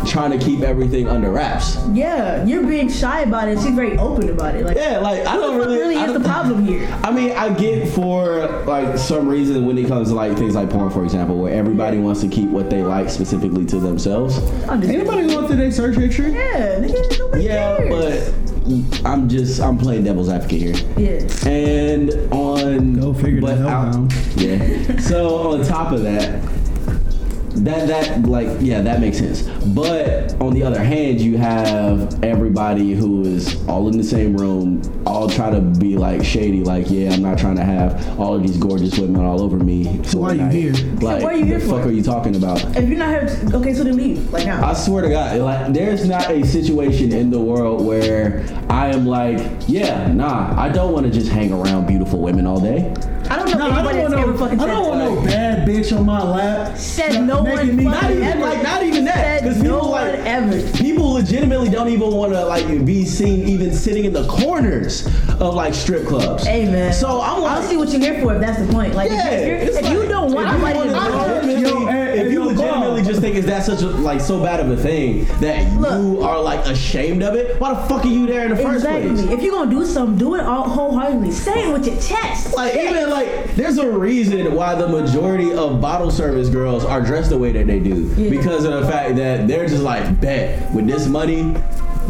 Speaker 1: trying to keep everything under wraps.
Speaker 2: yeah, you're being shy about it. She's very open about it. Like,
Speaker 1: Yeah, like I don't
Speaker 2: what the fuck
Speaker 1: really.
Speaker 2: really
Speaker 1: I
Speaker 2: is the
Speaker 1: don't-
Speaker 2: problem here?
Speaker 1: I mean, I get for like some reason when it comes to like things like porn, for example, where everybody wants to keep what they like specifically to themselves.
Speaker 2: I'm just-
Speaker 3: Anybody go through their search history?
Speaker 2: Yeah, nigga, nobody
Speaker 1: Yeah,
Speaker 2: cares.
Speaker 1: but I'm just I'm playing devil's advocate here.
Speaker 2: yeah.
Speaker 1: And on
Speaker 3: Go figure the hell
Speaker 1: out-
Speaker 3: out.
Speaker 1: Yeah. so on top of that, that that like yeah, that makes sense. But on the other hand, you have everybody who is all in the same room, all try to be like shady, like yeah, I'm not trying to have all of these gorgeous women all over me.
Speaker 3: So why you
Speaker 1: Like,
Speaker 3: here?
Speaker 1: Like,
Speaker 2: why you here
Speaker 1: the
Speaker 2: for?
Speaker 1: fuck are you talking about?
Speaker 2: If you're not here, okay, so then leave. Like now.
Speaker 1: I swear to God, like there's not a situation in the world where I am like, yeah, nah, I don't want to just hang around beautiful women all day.
Speaker 2: I don't know
Speaker 3: No, I
Speaker 2: anybody
Speaker 3: don't want
Speaker 2: that's ever
Speaker 3: no.
Speaker 2: fucking
Speaker 3: I
Speaker 2: said
Speaker 3: don't want
Speaker 2: that.
Speaker 3: no bad bitch on my lap.
Speaker 2: Said no
Speaker 3: Making
Speaker 2: one
Speaker 3: me-
Speaker 1: Not
Speaker 2: fucking
Speaker 1: even
Speaker 2: ever.
Speaker 1: like, not even that.
Speaker 2: Said
Speaker 1: Because people
Speaker 2: no
Speaker 1: like
Speaker 2: one ever.
Speaker 1: people legitimately don't even want to like be seen even sitting in the corners of like strip clubs.
Speaker 2: Hey man.
Speaker 1: So I'm like,
Speaker 2: I'll see what you're here for if that's the point. Like,
Speaker 1: yeah,
Speaker 2: if, you're,
Speaker 1: it's
Speaker 2: if
Speaker 1: like,
Speaker 2: you don't want
Speaker 1: if you
Speaker 2: somebody to eh,
Speaker 1: wanna
Speaker 2: go,
Speaker 1: legitimately-
Speaker 3: Yo, hey,
Speaker 1: if
Speaker 3: hey,
Speaker 1: you
Speaker 3: yo,
Speaker 1: legitimately
Speaker 3: Bob.
Speaker 1: just think it's that such a, like so bad of a thing that you
Speaker 2: Look.
Speaker 1: are like ashamed of it, why the fuck are you there in the first
Speaker 2: exactly.
Speaker 1: place?
Speaker 2: If you're gonna do something, do it all wholeheartedly. Say it with your chest.
Speaker 1: Like even like there's a reason why the majority of bottle service girls are dressed the way that they do
Speaker 2: Yeah.
Speaker 1: because of the fact that they're just like bet with this money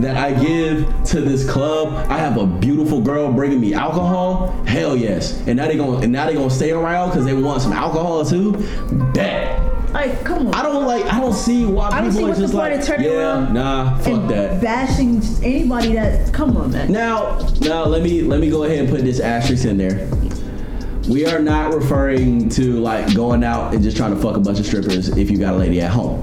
Speaker 1: that I give to this club, I have a beautiful girl bringing me alcohol. Hell yes, and now they going and now they gonna stay around because they want some alcohol too. Bet.
Speaker 2: Like, come on.
Speaker 1: I don't like. I don't see why
Speaker 2: I don't
Speaker 1: people
Speaker 2: see
Speaker 1: are
Speaker 2: what's the
Speaker 1: just
Speaker 2: point
Speaker 1: like
Speaker 2: of turning
Speaker 1: yeah,
Speaker 2: around
Speaker 1: nah, fuck
Speaker 2: and
Speaker 1: that.
Speaker 2: Bashing anybody that. Come on, man.
Speaker 1: Now, now let me let me go ahead and put this asterisk in there. We are not referring to like going out and just trying to fuck a bunch of strippers if you got a lady at home.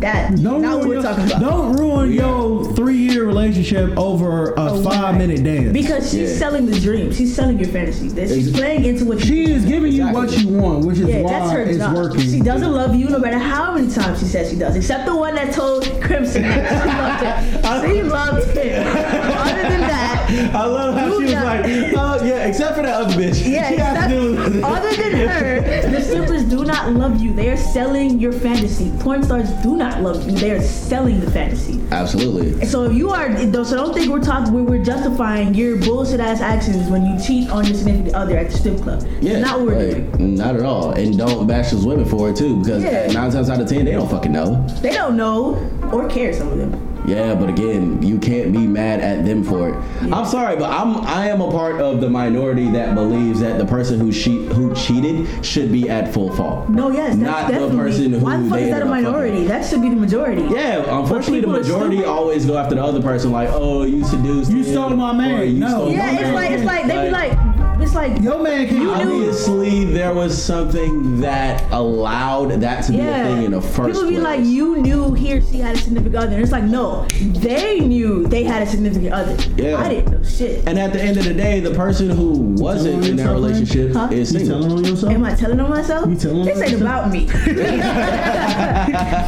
Speaker 2: That.
Speaker 3: Don't
Speaker 2: not what
Speaker 3: ruin,
Speaker 2: we're
Speaker 3: your,
Speaker 2: talking about.
Speaker 3: don't ruin your three-year relationship over a five-minute dance.
Speaker 2: Because she's
Speaker 1: Yeah.
Speaker 2: selling the dream. She's selling your fantasies. That she's
Speaker 1: Ex-
Speaker 2: playing into what you.
Speaker 3: she is giving you what
Speaker 1: Exactly.
Speaker 3: you want, which is
Speaker 2: Yeah,
Speaker 3: why
Speaker 2: that's her
Speaker 3: it's
Speaker 2: job.
Speaker 3: working.
Speaker 2: She doesn't love you no matter how many times she says she does, except the one that told Crimson that she loved him. She loved him. Other than that,
Speaker 1: I love how she was
Speaker 2: Yeah.
Speaker 1: like, oh yeah, except for that other bitch.
Speaker 2: yeah,
Speaker 1: She has to
Speaker 2: except,
Speaker 1: do-
Speaker 2: other than her, the strippers do not love you. They are selling your fantasy. Porn stars do not love you. They are selling the fantasy.
Speaker 1: Absolutely.
Speaker 2: So if you are, so don't think we're talking, we're, we're justifying your bullshit ass actions when you cheat on your significant other at the strip club.
Speaker 1: Yeah,
Speaker 2: That's not what we're doing.
Speaker 1: like, not at all. And don't bash those women for it too, because
Speaker 2: Yeah.
Speaker 1: nine times out of ten they don't fucking know.
Speaker 2: They don't know or care. Some of them.
Speaker 1: Yeah, but again, you can't be mad at them for it. I'm sorry, but I'm I am a part of the minority that believes that the person who she who cheated should be at full fault.
Speaker 2: No, yes, that's
Speaker 1: Not the
Speaker 2: definitely.
Speaker 1: person who
Speaker 2: Why the fuck
Speaker 1: they
Speaker 2: is
Speaker 1: ended
Speaker 2: that a
Speaker 1: up fucking.
Speaker 2: minority? That should be the majority.
Speaker 1: Yeah, unfortunately, the
Speaker 2: people are
Speaker 1: majority
Speaker 2: stupid.
Speaker 1: always go after the other person, like, "Oh, you seduced,
Speaker 3: You
Speaker 1: him,"
Speaker 3: stole my man.
Speaker 1: or, "You
Speaker 3: No.
Speaker 1: stole
Speaker 2: Yeah,
Speaker 1: my
Speaker 2: it's
Speaker 1: man."
Speaker 2: like it's like they be like it's like
Speaker 3: your man can
Speaker 2: You knew-
Speaker 1: obviously there was something that allowed that to be
Speaker 2: yeah.
Speaker 1: a thing in the first
Speaker 2: People be
Speaker 1: place.
Speaker 2: like, you knew he or she had a significant other. And it's like, no, they knew they had a significant other.
Speaker 1: Yeah.
Speaker 2: I didn't know shit.
Speaker 1: and at the end of the day, the person who wasn't in their
Speaker 3: yourself, man?
Speaker 1: relationship
Speaker 2: Huh?
Speaker 1: is
Speaker 3: You
Speaker 1: single.
Speaker 3: telling on yourself?
Speaker 2: Am I telling on myself?
Speaker 3: You telling on
Speaker 2: this ain't
Speaker 3: yourself?
Speaker 2: about me.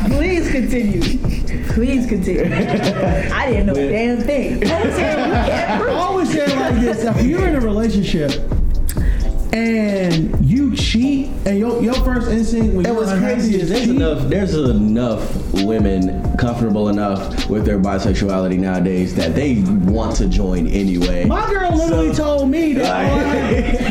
Speaker 2: Please continue. Please continue. I didn't know a damn thing. Don't tell me you can't
Speaker 3: I
Speaker 2: prove it.
Speaker 3: always say it like this: if you're in a relationship and you cheat, and your your first instinct when
Speaker 1: And
Speaker 3: you're
Speaker 1: what's
Speaker 3: unhappy
Speaker 1: crazy is
Speaker 3: is
Speaker 1: there's
Speaker 3: cheat,
Speaker 1: enough there's enough women comfortable enough with their bisexuality nowadays that they want to join anyway.
Speaker 3: My girl literally told me that.
Speaker 1: Right.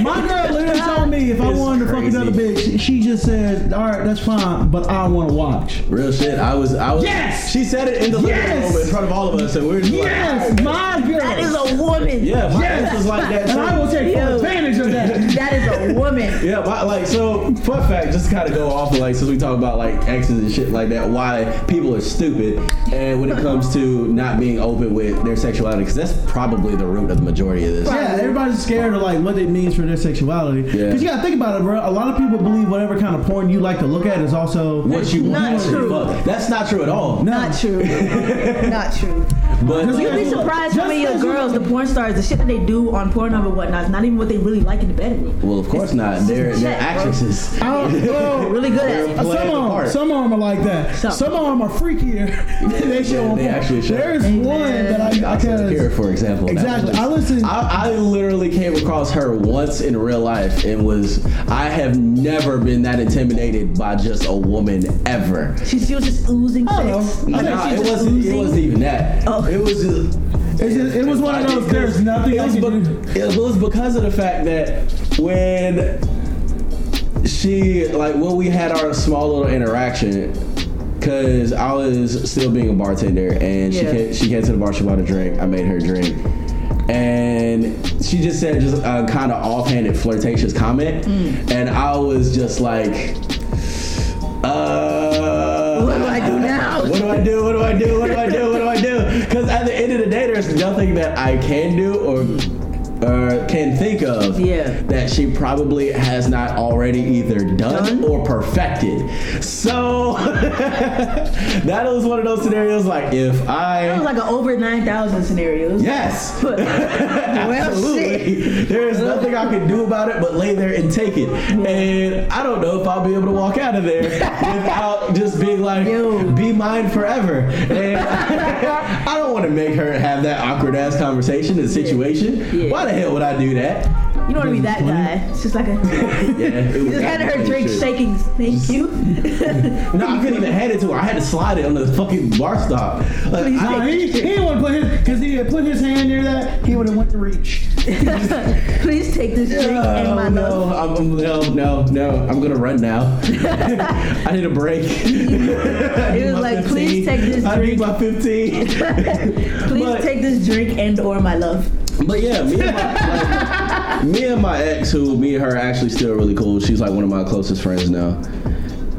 Speaker 3: all I- my girl woman told me if I
Speaker 1: It's
Speaker 3: wanted to fuck
Speaker 1: crazy.
Speaker 3: another bitch, she just said, "All right, that's fine, but I want to watch."
Speaker 1: Real shit. I was. I was.
Speaker 3: Yes!
Speaker 1: She said it in the living
Speaker 3: Yes!
Speaker 1: room in front of all of us, and we were just like,
Speaker 3: Yes, my girl.
Speaker 2: That is a woman.
Speaker 1: yeah, my
Speaker 3: Yes!
Speaker 1: yes! was like that.
Speaker 3: and I
Speaker 1: too.
Speaker 3: will take full
Speaker 2: Yo.
Speaker 3: advantage of that.
Speaker 2: That is a woman.
Speaker 1: Yeah, but like so. Fun fact, just kind of go off of like since we talk about like exes and shit like that, why people are stupid, and when it comes to not being open with their sexuality, because that's probably the root of the majority of this.
Speaker 3: Yeah, everybody's scared of like what it means for their sexuality.
Speaker 1: Yeah.
Speaker 3: Cause you gotta think about it, bro. A lot of people believe whatever kind of porn you like to look at is also
Speaker 1: What you
Speaker 2: Not
Speaker 1: want? to
Speaker 2: true.
Speaker 1: fuck. That's not true at all.
Speaker 3: No.
Speaker 2: Not true. Not true.
Speaker 1: But
Speaker 3: Just
Speaker 2: You'd be surprised how many of the girls, the porn stars, the shit that they do on Pornhub and whatnot, is not even what they really like in the bedroom.
Speaker 1: well, of course not. They're they're
Speaker 2: check, bro.
Speaker 1: actresses.
Speaker 3: I don't- well,
Speaker 2: Oh, Really good at it.
Speaker 1: They're playing
Speaker 3: Oh, some
Speaker 1: the
Speaker 3: of
Speaker 1: part.
Speaker 3: them, some of them are like that.
Speaker 2: Some.
Speaker 3: Some, of them are freakier than they show
Speaker 1: yeah,
Speaker 3: on
Speaker 1: they
Speaker 3: porn.
Speaker 1: actually show.
Speaker 3: There's
Speaker 2: Amen.
Speaker 3: one that I, I
Speaker 1: Alexander
Speaker 3: can
Speaker 1: Kira, for example. that was
Speaker 3: Exactly.
Speaker 1: just-
Speaker 3: I listen-
Speaker 1: I, I literally came across her once in real life and was I have never been that intimidated by just a woman ever.
Speaker 2: She, she was just oozing
Speaker 3: I
Speaker 1: Oh.
Speaker 3: don't
Speaker 2: sex.
Speaker 3: know.
Speaker 2: Like,
Speaker 1: Nah,
Speaker 2: she
Speaker 1: it
Speaker 2: was just
Speaker 1: wasn't. It
Speaker 2: oozing.
Speaker 1: wasn't even that.
Speaker 2: Oh.
Speaker 1: It was just.
Speaker 3: It's just- it was one of those, there's nothing
Speaker 1: It
Speaker 3: I
Speaker 1: was,
Speaker 3: can
Speaker 1: be- it was because of the fact that when she like when we had our small little interaction, because I was still being a bartender and she
Speaker 2: Yeah.
Speaker 1: came, she came to the bar she bought a drink. I made her a drink. And she just said just a kind of offhanded flirtatious comment,
Speaker 2: Mm.
Speaker 1: and I was just like, uh,
Speaker 2: What do I do now?
Speaker 1: What do I do? What do I do? What do I do? What do I do? Because at the end of the day, there's nothing that I can do or or can think of
Speaker 2: Yeah.
Speaker 1: that she probably has not already either done,
Speaker 2: Done?
Speaker 1: or perfected. So that was one of those scenarios. Like if
Speaker 2: It was
Speaker 1: I.
Speaker 2: like an over 9,000 scenario. Yeah.
Speaker 1: Yes.
Speaker 2: well, shit.
Speaker 1: Absolutely. There is nothing I can do about it but lay there and take it. And I don't know if I'll be able to walk out of there without just being like,
Speaker 2: Yo.
Speaker 1: be mine forever. And I don't want to make her have that awkward ass conversation and situation.
Speaker 2: Yeah.
Speaker 1: Why the hell would I do that?
Speaker 2: You don't want to be that guy. It's just like a.
Speaker 1: Yeah, it
Speaker 2: You
Speaker 1: was
Speaker 2: just had her
Speaker 1: absolute
Speaker 2: drink
Speaker 1: shit.
Speaker 2: shaking. Thank you.
Speaker 1: No, I couldn't even hand it to her. I had to slide it on the fucking bar stop. Like,
Speaker 2: Please
Speaker 1: I-
Speaker 3: Nah, he, he would put his because he had put his hand near that. He would have went to reach.
Speaker 2: Please take this drink and my
Speaker 1: Oh,
Speaker 2: love.
Speaker 1: no, I'm, I'm- no, no, no. I'm gonna run now. I need a break.
Speaker 2: It was like, please take this
Speaker 1: I need
Speaker 2: drink.
Speaker 1: my 15.
Speaker 2: Please
Speaker 1: but-
Speaker 2: take this drink and or my love.
Speaker 1: But yeah, me and, my, like, me and my ex, who me and her are actually still really cool. She's like one of my closest friends now.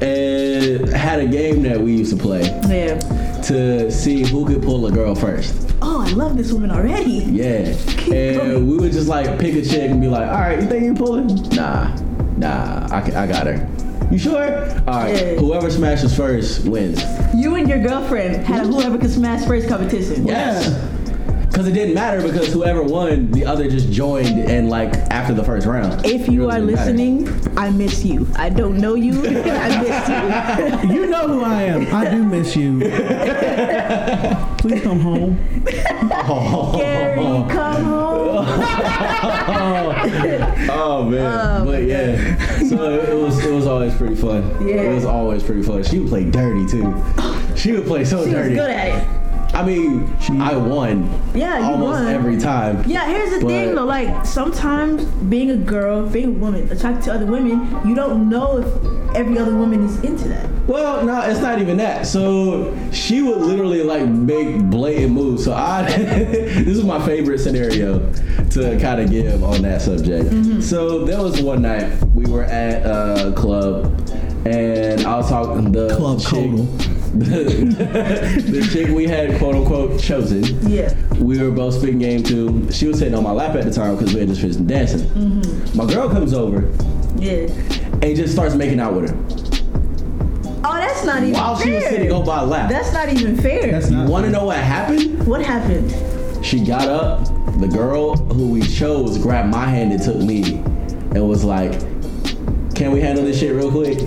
Speaker 1: And had a game that we used to play
Speaker 2: Yeah.
Speaker 1: to see who could pull a girl first.
Speaker 2: Oh, I love this woman already.
Speaker 1: Yeah. And we would just like pick a chick and be like, all right, you think you pulling? Nah, nah, I, ca- I got her. You sure? All right,
Speaker 2: Yeah.
Speaker 1: whoever smashes first wins.
Speaker 2: You and your girlfriend had a whoever can smash first competition.
Speaker 1: Because it didn't matter because whoever won, the other just joined and like after the first round.
Speaker 2: If you
Speaker 1: Really
Speaker 2: are
Speaker 1: didn't matter.
Speaker 2: listening, I miss you. I don't know you. I miss you.
Speaker 3: You know who I am. I do miss you. Please come home.
Speaker 2: Gary, come home.
Speaker 1: Oh man, but yeah. So it was it was always pretty fun.
Speaker 2: Yeah.
Speaker 1: It was always pretty fun. She would play dirty too. She would play so
Speaker 2: She was
Speaker 1: dirty.
Speaker 2: good at it.
Speaker 1: I mean, I won.
Speaker 2: Yeah, you
Speaker 1: almost
Speaker 2: won.
Speaker 1: every time.
Speaker 2: Yeah, here's the
Speaker 1: But-
Speaker 2: thing though. Like sometimes being a girl, being a woman, attracted to other women, you don't know if every other woman is into that.
Speaker 1: Well, no, it's not even that. So she would literally like make blatant moves. So I, this is my favorite scenario to kind of give on that subject.
Speaker 3: Mm-hmm.
Speaker 1: So there was one night we were at a club, and I was talking the
Speaker 3: Club
Speaker 1: chick,
Speaker 3: Codal.
Speaker 1: the chick we had quote unquote chosen.
Speaker 2: Yeah.
Speaker 1: we were both spitting game too. She was sitting on my lap at the time because we had just finished dancing.
Speaker 3: Mm-hmm.
Speaker 1: My girl comes over
Speaker 2: Yeah.
Speaker 1: and just starts making out with her
Speaker 2: Oh, that's not even
Speaker 1: while
Speaker 2: fair.
Speaker 1: she was sitting on my lap.
Speaker 2: That's not even fair.
Speaker 3: That's
Speaker 1: you
Speaker 3: not.
Speaker 1: want to know what happened?
Speaker 2: what happened?
Speaker 1: She got up. The girl who we chose grabbed my hand and took me and was like, "Can we handle this shit real quick?"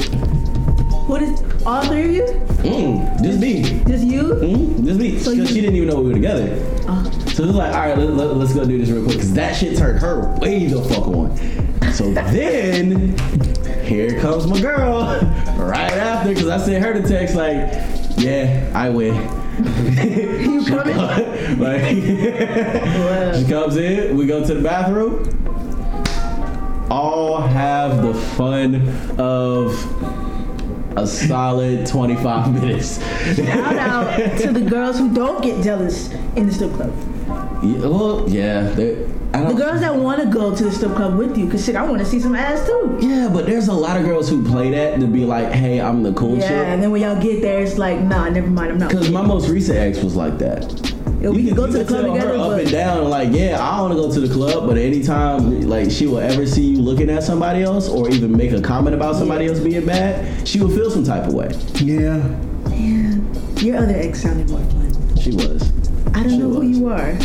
Speaker 2: What is all three of you?
Speaker 1: Mm, just me.
Speaker 2: Just you?
Speaker 1: Mm, just me. Because
Speaker 2: So you-
Speaker 1: she didn't even know we were together.
Speaker 2: Oh.
Speaker 1: So it was like, all right, let, let, let's go do this real quick because that shit turned her way the fuck on. So then, here comes my girl right after because I sent her the text like, yeah, I win.
Speaker 2: You coming?
Speaker 1: like,
Speaker 2: Wow.
Speaker 1: she comes in, we go to the bathroom. all have the fun of a solid 25 minutes.
Speaker 2: Shout out to the girls who don't get jealous in the strip club.
Speaker 1: Yeah, well, yeah. they- I
Speaker 2: The
Speaker 1: don't,
Speaker 2: girls that want to go to the strip club with you, cause shit, I want to see some ass too.
Speaker 1: yeah, but there's a lot of girls who play that to be like, hey, I'm the cool
Speaker 2: Yeah,
Speaker 1: chick.
Speaker 2: and then when y'all get there, it's like, nah, never mind, I'm not.
Speaker 1: Because my most recent ex was like that.
Speaker 2: Yeah, we can go to the club
Speaker 1: tell her
Speaker 2: together,
Speaker 1: Up
Speaker 2: but
Speaker 1: and down, like yeah, I want to go to the club, but anytime like she will ever see you looking at somebody else, or even make a comment about somebody else being bad, she will feel some type of way.
Speaker 3: Yeah.
Speaker 2: your other ex sounded more fun.
Speaker 1: She was.
Speaker 2: I don't know who
Speaker 1: was.
Speaker 2: you are.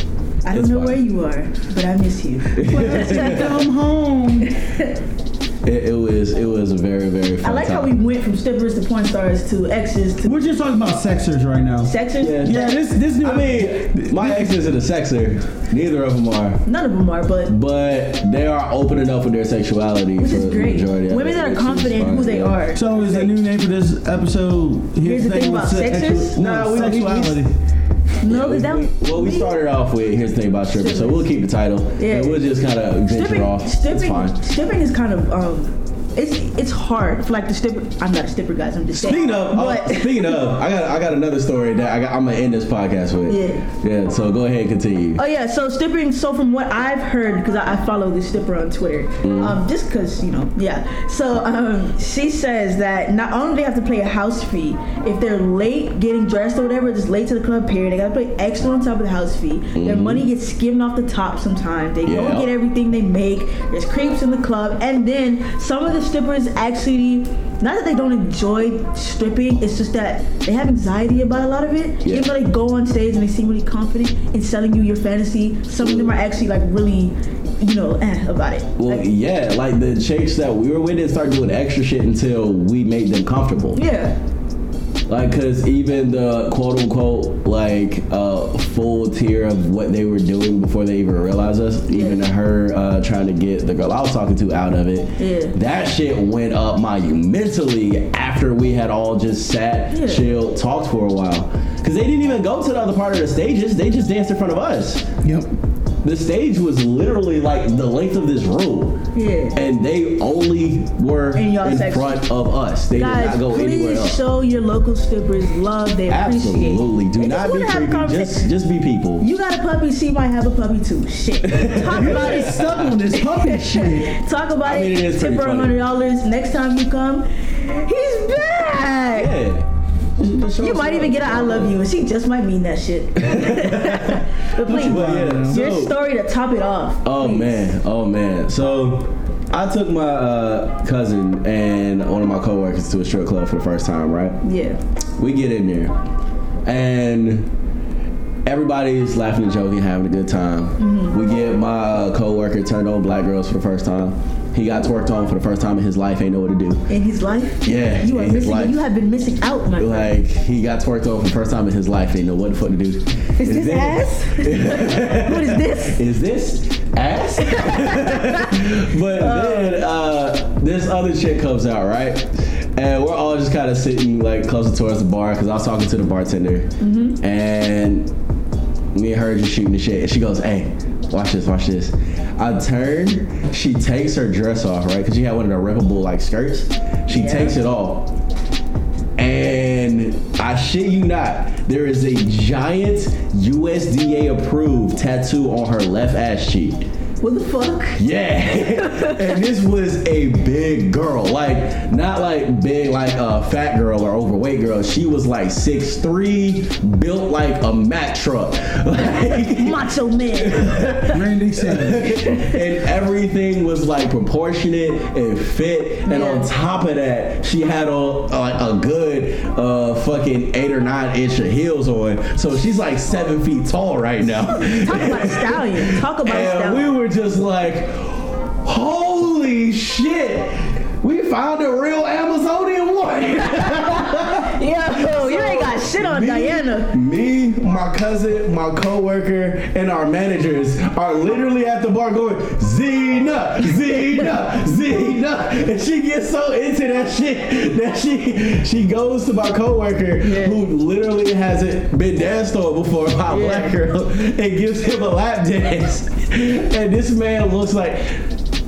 Speaker 2: I don't
Speaker 1: It's
Speaker 2: know
Speaker 1: fine.
Speaker 2: where you are, but I miss you.
Speaker 3: Come home.
Speaker 1: It, it was. It was a very very. Fun
Speaker 2: I like how we
Speaker 1: time.
Speaker 2: went from strippers to porn stars to exes to
Speaker 3: We're just talking about sexers right now.
Speaker 2: sexers.
Speaker 1: Yeah.
Speaker 3: Yeah, this this new.
Speaker 1: I mean, my ex isn't a sexer. Neither of them are.
Speaker 2: None of them are, but
Speaker 1: But they are opening up with their sexuality
Speaker 2: which
Speaker 1: for
Speaker 2: is
Speaker 1: the
Speaker 2: great.
Speaker 1: majority of
Speaker 2: Women
Speaker 1: it,
Speaker 2: that are
Speaker 1: which is
Speaker 2: confident in
Speaker 1: fun,
Speaker 2: who they
Speaker 1: yeah.
Speaker 2: are.
Speaker 3: so is the new name for this episode?
Speaker 2: Here's the thing
Speaker 3: with
Speaker 2: about
Speaker 3: sexual-
Speaker 2: sexers?
Speaker 3: No,
Speaker 1: Nah, we- we- we-
Speaker 3: sexuality.
Speaker 2: no,
Speaker 1: We-
Speaker 2: because that
Speaker 1: we- well, we started off with here's the thing about strippers, so we'll keep the title.
Speaker 2: Yeah.
Speaker 1: And we'll just kind of venture off.
Speaker 2: Stripping,
Speaker 1: it's fine.
Speaker 2: stripping, stripping is kind of um, it's it's hard for like the stripper. I'm not a stripper, guys. I'm just saying.
Speaker 1: Speaking of, oh,
Speaker 2: but
Speaker 1: speaking of, I got I got another story that I got, I'm gonna end this podcast with.
Speaker 2: Yeah.
Speaker 1: Yeah. So go ahead, and continue.
Speaker 2: Oh yeah, so stripping. So from what I've heard, because I, I follow this stripper on Twitter,
Speaker 1: Mm.
Speaker 2: um, just because you know, yeah. So um, she says that not only do they have to pay a house fee if they're late getting dressed or whatever, just late to the club period, they gotta pay extra on top of the house fee. Their money gets skimmed off the top sometimes. They
Speaker 1: Mm-hmm. Yeah.
Speaker 2: don't get everything they make. There's creeps in the club, and then some of the strippers actually. Not that they don't enjoy stripping, it's just that they have anxiety about a lot of it.
Speaker 1: Yeah.
Speaker 2: Even though they go on stage and they seem really confident in selling you your fantasy. Some of them are actually like really, you know, eh, about it.
Speaker 1: Well,
Speaker 2: Like,
Speaker 1: yeah, like the chicks that we were with didn't start doing extra shit until we made them comfortable.
Speaker 2: yeah.
Speaker 1: Like, cause even the quote unquote like uh, full tier of what they were doing before they even realized us, even
Speaker 2: Yeah.
Speaker 1: her uh, trying to get the girl I was talking to out of it,
Speaker 2: Yeah.
Speaker 1: that shit went up monumentally after we had all just sat,
Speaker 2: Yeah.
Speaker 1: chilled, talked for a while. Cause they didn't even go to the other part of the stages; they just danced in front of us.
Speaker 3: Yep.
Speaker 1: The stage was literally like the length of this room.
Speaker 2: Yeah.
Speaker 1: And they only were
Speaker 2: And
Speaker 1: in
Speaker 2: y'all sex-
Speaker 1: front of us. They did
Speaker 2: Guys,
Speaker 1: not go anywhere
Speaker 2: please
Speaker 1: else.
Speaker 2: show your local strippers love. They appreciate.
Speaker 1: Absolutely. Do
Speaker 2: They just
Speaker 1: not be
Speaker 2: wanna have a
Speaker 1: creepy. Just
Speaker 2: conversation.
Speaker 1: just be people.
Speaker 2: You got a puppy, she might have a puppy too. Shit. Talk about
Speaker 3: Everybody's
Speaker 2: it.
Speaker 3: stuck on this puppy shit.
Speaker 2: Talk about
Speaker 1: I mean, it
Speaker 2: it.
Speaker 1: is
Speaker 2: Tip
Speaker 1: pretty
Speaker 2: her
Speaker 1: funny.
Speaker 2: hundred dollars. Next time you come, he's back.
Speaker 1: yeah. Just- just show
Speaker 2: You
Speaker 1: us
Speaker 2: might
Speaker 1: love.
Speaker 2: even get a I love you, and she just might mean that shit. but please,
Speaker 1: But yeah,
Speaker 2: your
Speaker 1: so-
Speaker 2: story to top it off.
Speaker 1: Oh
Speaker 2: please.
Speaker 1: man, oh man. So I took my uh, cousin and one of my coworkers to a strip club for the first time, right?
Speaker 2: Yeah.
Speaker 1: We get in there, and everybody's laughing and joking, having a good time.
Speaker 2: Mm-hmm.
Speaker 1: We get my uh, coworker turned on black girls for the first time. He got twerked on for the first time in his life. Ain't know what to do.
Speaker 2: In his life.
Speaker 1: Yeah,
Speaker 2: You are
Speaker 1: in his
Speaker 2: missing.
Speaker 1: life.
Speaker 2: You have been missing out, my friend.
Speaker 1: Like he got twerked on for the first time in his life. Ain't know what the fuck to do.
Speaker 2: Is this
Speaker 1: then-
Speaker 2: ass? what is this?
Speaker 1: Is this ass? but then uh, this other chick comes out, right? And we're all just kind of sitting like closer towards the bar because I was talking to the bartender,
Speaker 2: Mm-hmm.
Speaker 1: and me and her just shooting the shit. And she goes, "Hey, watch this, watch this." I turn, she takes her dress off, right? Because she had one of the rippable like skirts. She
Speaker 2: Yeah.
Speaker 1: takes it off, and I shit you not, there is a giant USDA approved tattoo on her left ass cheek.
Speaker 2: What the fuck?
Speaker 1: Yeah. and this was a big girl. Like, not like big, like a fat girl or overweight girl. She was like 6'3, built like a Mack truck. Like,
Speaker 2: Macho man.
Speaker 3: Randy Savage.
Speaker 1: and everything was like proportionate and fit. And on
Speaker 2: Yeah.
Speaker 1: top of that, she had on like a good uh, fucking eight or nine inch of heels on. So she's like seven feet tall right now.
Speaker 2: Talk about a stallion. Talk about a
Speaker 1: And we
Speaker 2: stallion.
Speaker 1: were just like, holy shit, we found a real Amazonian woman.
Speaker 2: Yo, you ain't got shit on
Speaker 1: Me-
Speaker 2: Diana.
Speaker 1: Me, my cousin, my coworker, and our managers are literally at the bar going, Zena, Zena, Zena. And she gets so into that shit that she she goes to my coworker
Speaker 2: Yeah.
Speaker 1: who literally hasn't been danced on before by a
Speaker 2: Yeah.
Speaker 1: black girl and gives him a lap dance. And this man looks like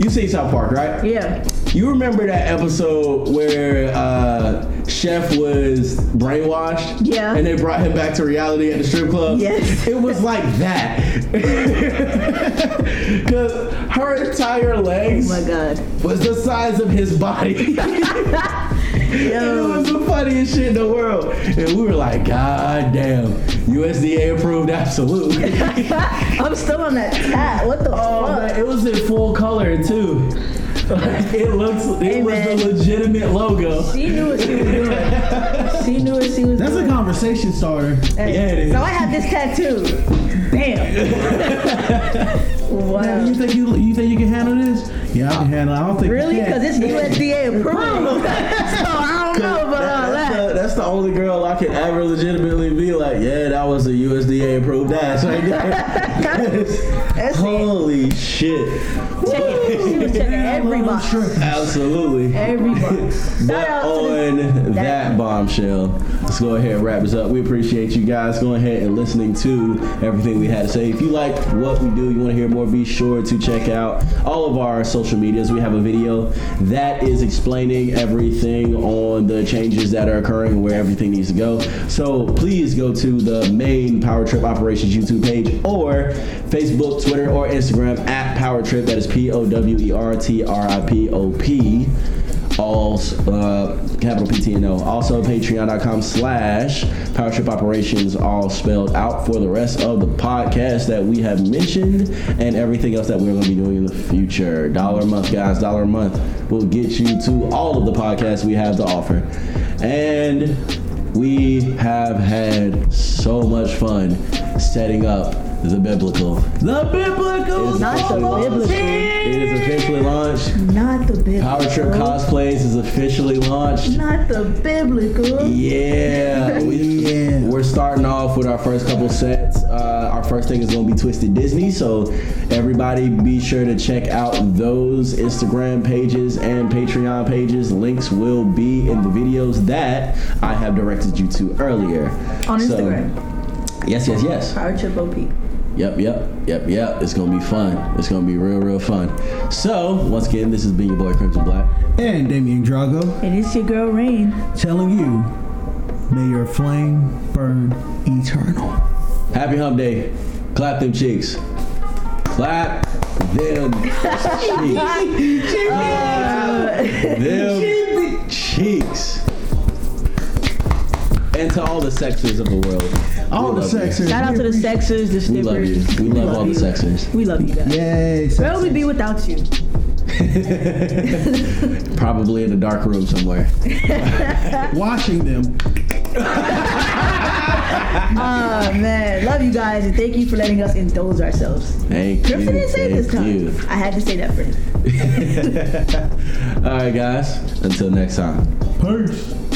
Speaker 1: You see South Park, right?
Speaker 2: Yeah.
Speaker 1: You remember that episode where uh, Chef was brainwashed?
Speaker 2: Yeah.
Speaker 1: And they brought him back to reality at the strip club?
Speaker 2: Yes.
Speaker 1: It was like that. Because her entire legs
Speaker 2: Oh my god.
Speaker 1: was the size of his body. And it
Speaker 2: Yo.
Speaker 1: was the funniest shit in the world. And we were like, God damn, USDA approved absolute.
Speaker 2: I'm still on that tat. What the
Speaker 1: oh, man,
Speaker 2: fuck?
Speaker 1: it was in full color too. Like, it looks, it
Speaker 2: Hey,
Speaker 1: was
Speaker 2: man.
Speaker 1: the legitimate logo.
Speaker 2: She knew what she was doing. She knew what she was
Speaker 3: That's a
Speaker 2: doing.
Speaker 3: conversation starter.
Speaker 2: Hey,
Speaker 1: Yeah, it is.
Speaker 2: So I have this tattoo. Damn.
Speaker 3: Now, you
Speaker 2: wow.
Speaker 3: think you you think you can handle this? Yeah, I can handle. it. I don't think
Speaker 2: Really?
Speaker 3: you can.
Speaker 2: Because it's USDA approved. so I don't know about all
Speaker 1: that's,
Speaker 2: that.
Speaker 1: The, that's the only girl I could ever legitimately be like, yeah, that was a USDA approved ass right there.
Speaker 2: That's it.
Speaker 1: Holy shit.
Speaker 2: Check it. She was checking every box.
Speaker 1: Absolutely.
Speaker 2: Every box. Shout
Speaker 1: But
Speaker 2: out to the
Speaker 1: on that
Speaker 2: that-
Speaker 1: bombshell, let's go ahead and wrap this up. We appreciate you guys going ahead and listening to everything we had to say. If you like what we do, you want to hear more, be sure to check out all of our social medias. We have a video that is explaining everything on the changes that are occurring and where everything needs to go. So please go to the main Power Trip Operations YouTube page or Facebook, Twitter, or Instagram at Power Trip. That is P O W E R T R I P O P all uh, capital PTNO. Also, patreon.com slash power trip operations, all spelled out for the rest of the podcast that we have mentioned and everything else that we're going to be doing in the future. Dollar a month, guys, dollar a month will get you to all of the podcasts we have to offer. And we have had so much fun setting up the biblical. The biblical!
Speaker 2: Not the biblical.
Speaker 1: It is officially launched.
Speaker 2: Not the biblical.
Speaker 1: Power Trip Cosplays is officially launched.
Speaker 2: Not the biblical.
Speaker 1: Yeah, we,
Speaker 3: Yeah.
Speaker 1: we're starting off with our first couple sets. Uh, our first thing is going to be Twisted Disney, so everybody be sure to check out those Instagram pages and Patreon pages. Links will be in the videos that I have directed you to earlier.
Speaker 2: On
Speaker 1: So-
Speaker 2: Instagram.
Speaker 1: yes, yes, yes.
Speaker 2: Power Trip OP.
Speaker 1: Yep, yep, yep, yep. It's gonna be fun. It's gonna be real, real fun. So, once again, this has been your boy Crimson Black.
Speaker 3: And Damien Drago
Speaker 2: And it's your girl Rain.
Speaker 3: telling you, may your flame burn eternal.
Speaker 1: Happy Hump Day. Clap them cheeks. Clap them cheeks. them cheeks. And to all the sexers of the world.
Speaker 3: All
Speaker 1: we
Speaker 3: the
Speaker 1: love you.
Speaker 3: sexers.
Speaker 2: Shout out to the sexers, the
Speaker 1: We
Speaker 2: strippers.
Speaker 1: love you. We love all the
Speaker 2: you.
Speaker 1: sexers.
Speaker 2: We love you guys.
Speaker 3: Yay.
Speaker 2: Where would we
Speaker 3: sexers.
Speaker 2: be without you?
Speaker 1: Probably in a dark room somewhere.
Speaker 3: Washing them.
Speaker 2: Oh man, love you guys and thank you for letting us indulge ourselves.
Speaker 1: Thank you.
Speaker 2: Griffin didn't say it this
Speaker 1: Thank
Speaker 2: time.
Speaker 1: you.
Speaker 2: I had to say that for him.
Speaker 1: All right, guys. Until next time.
Speaker 3: Peace.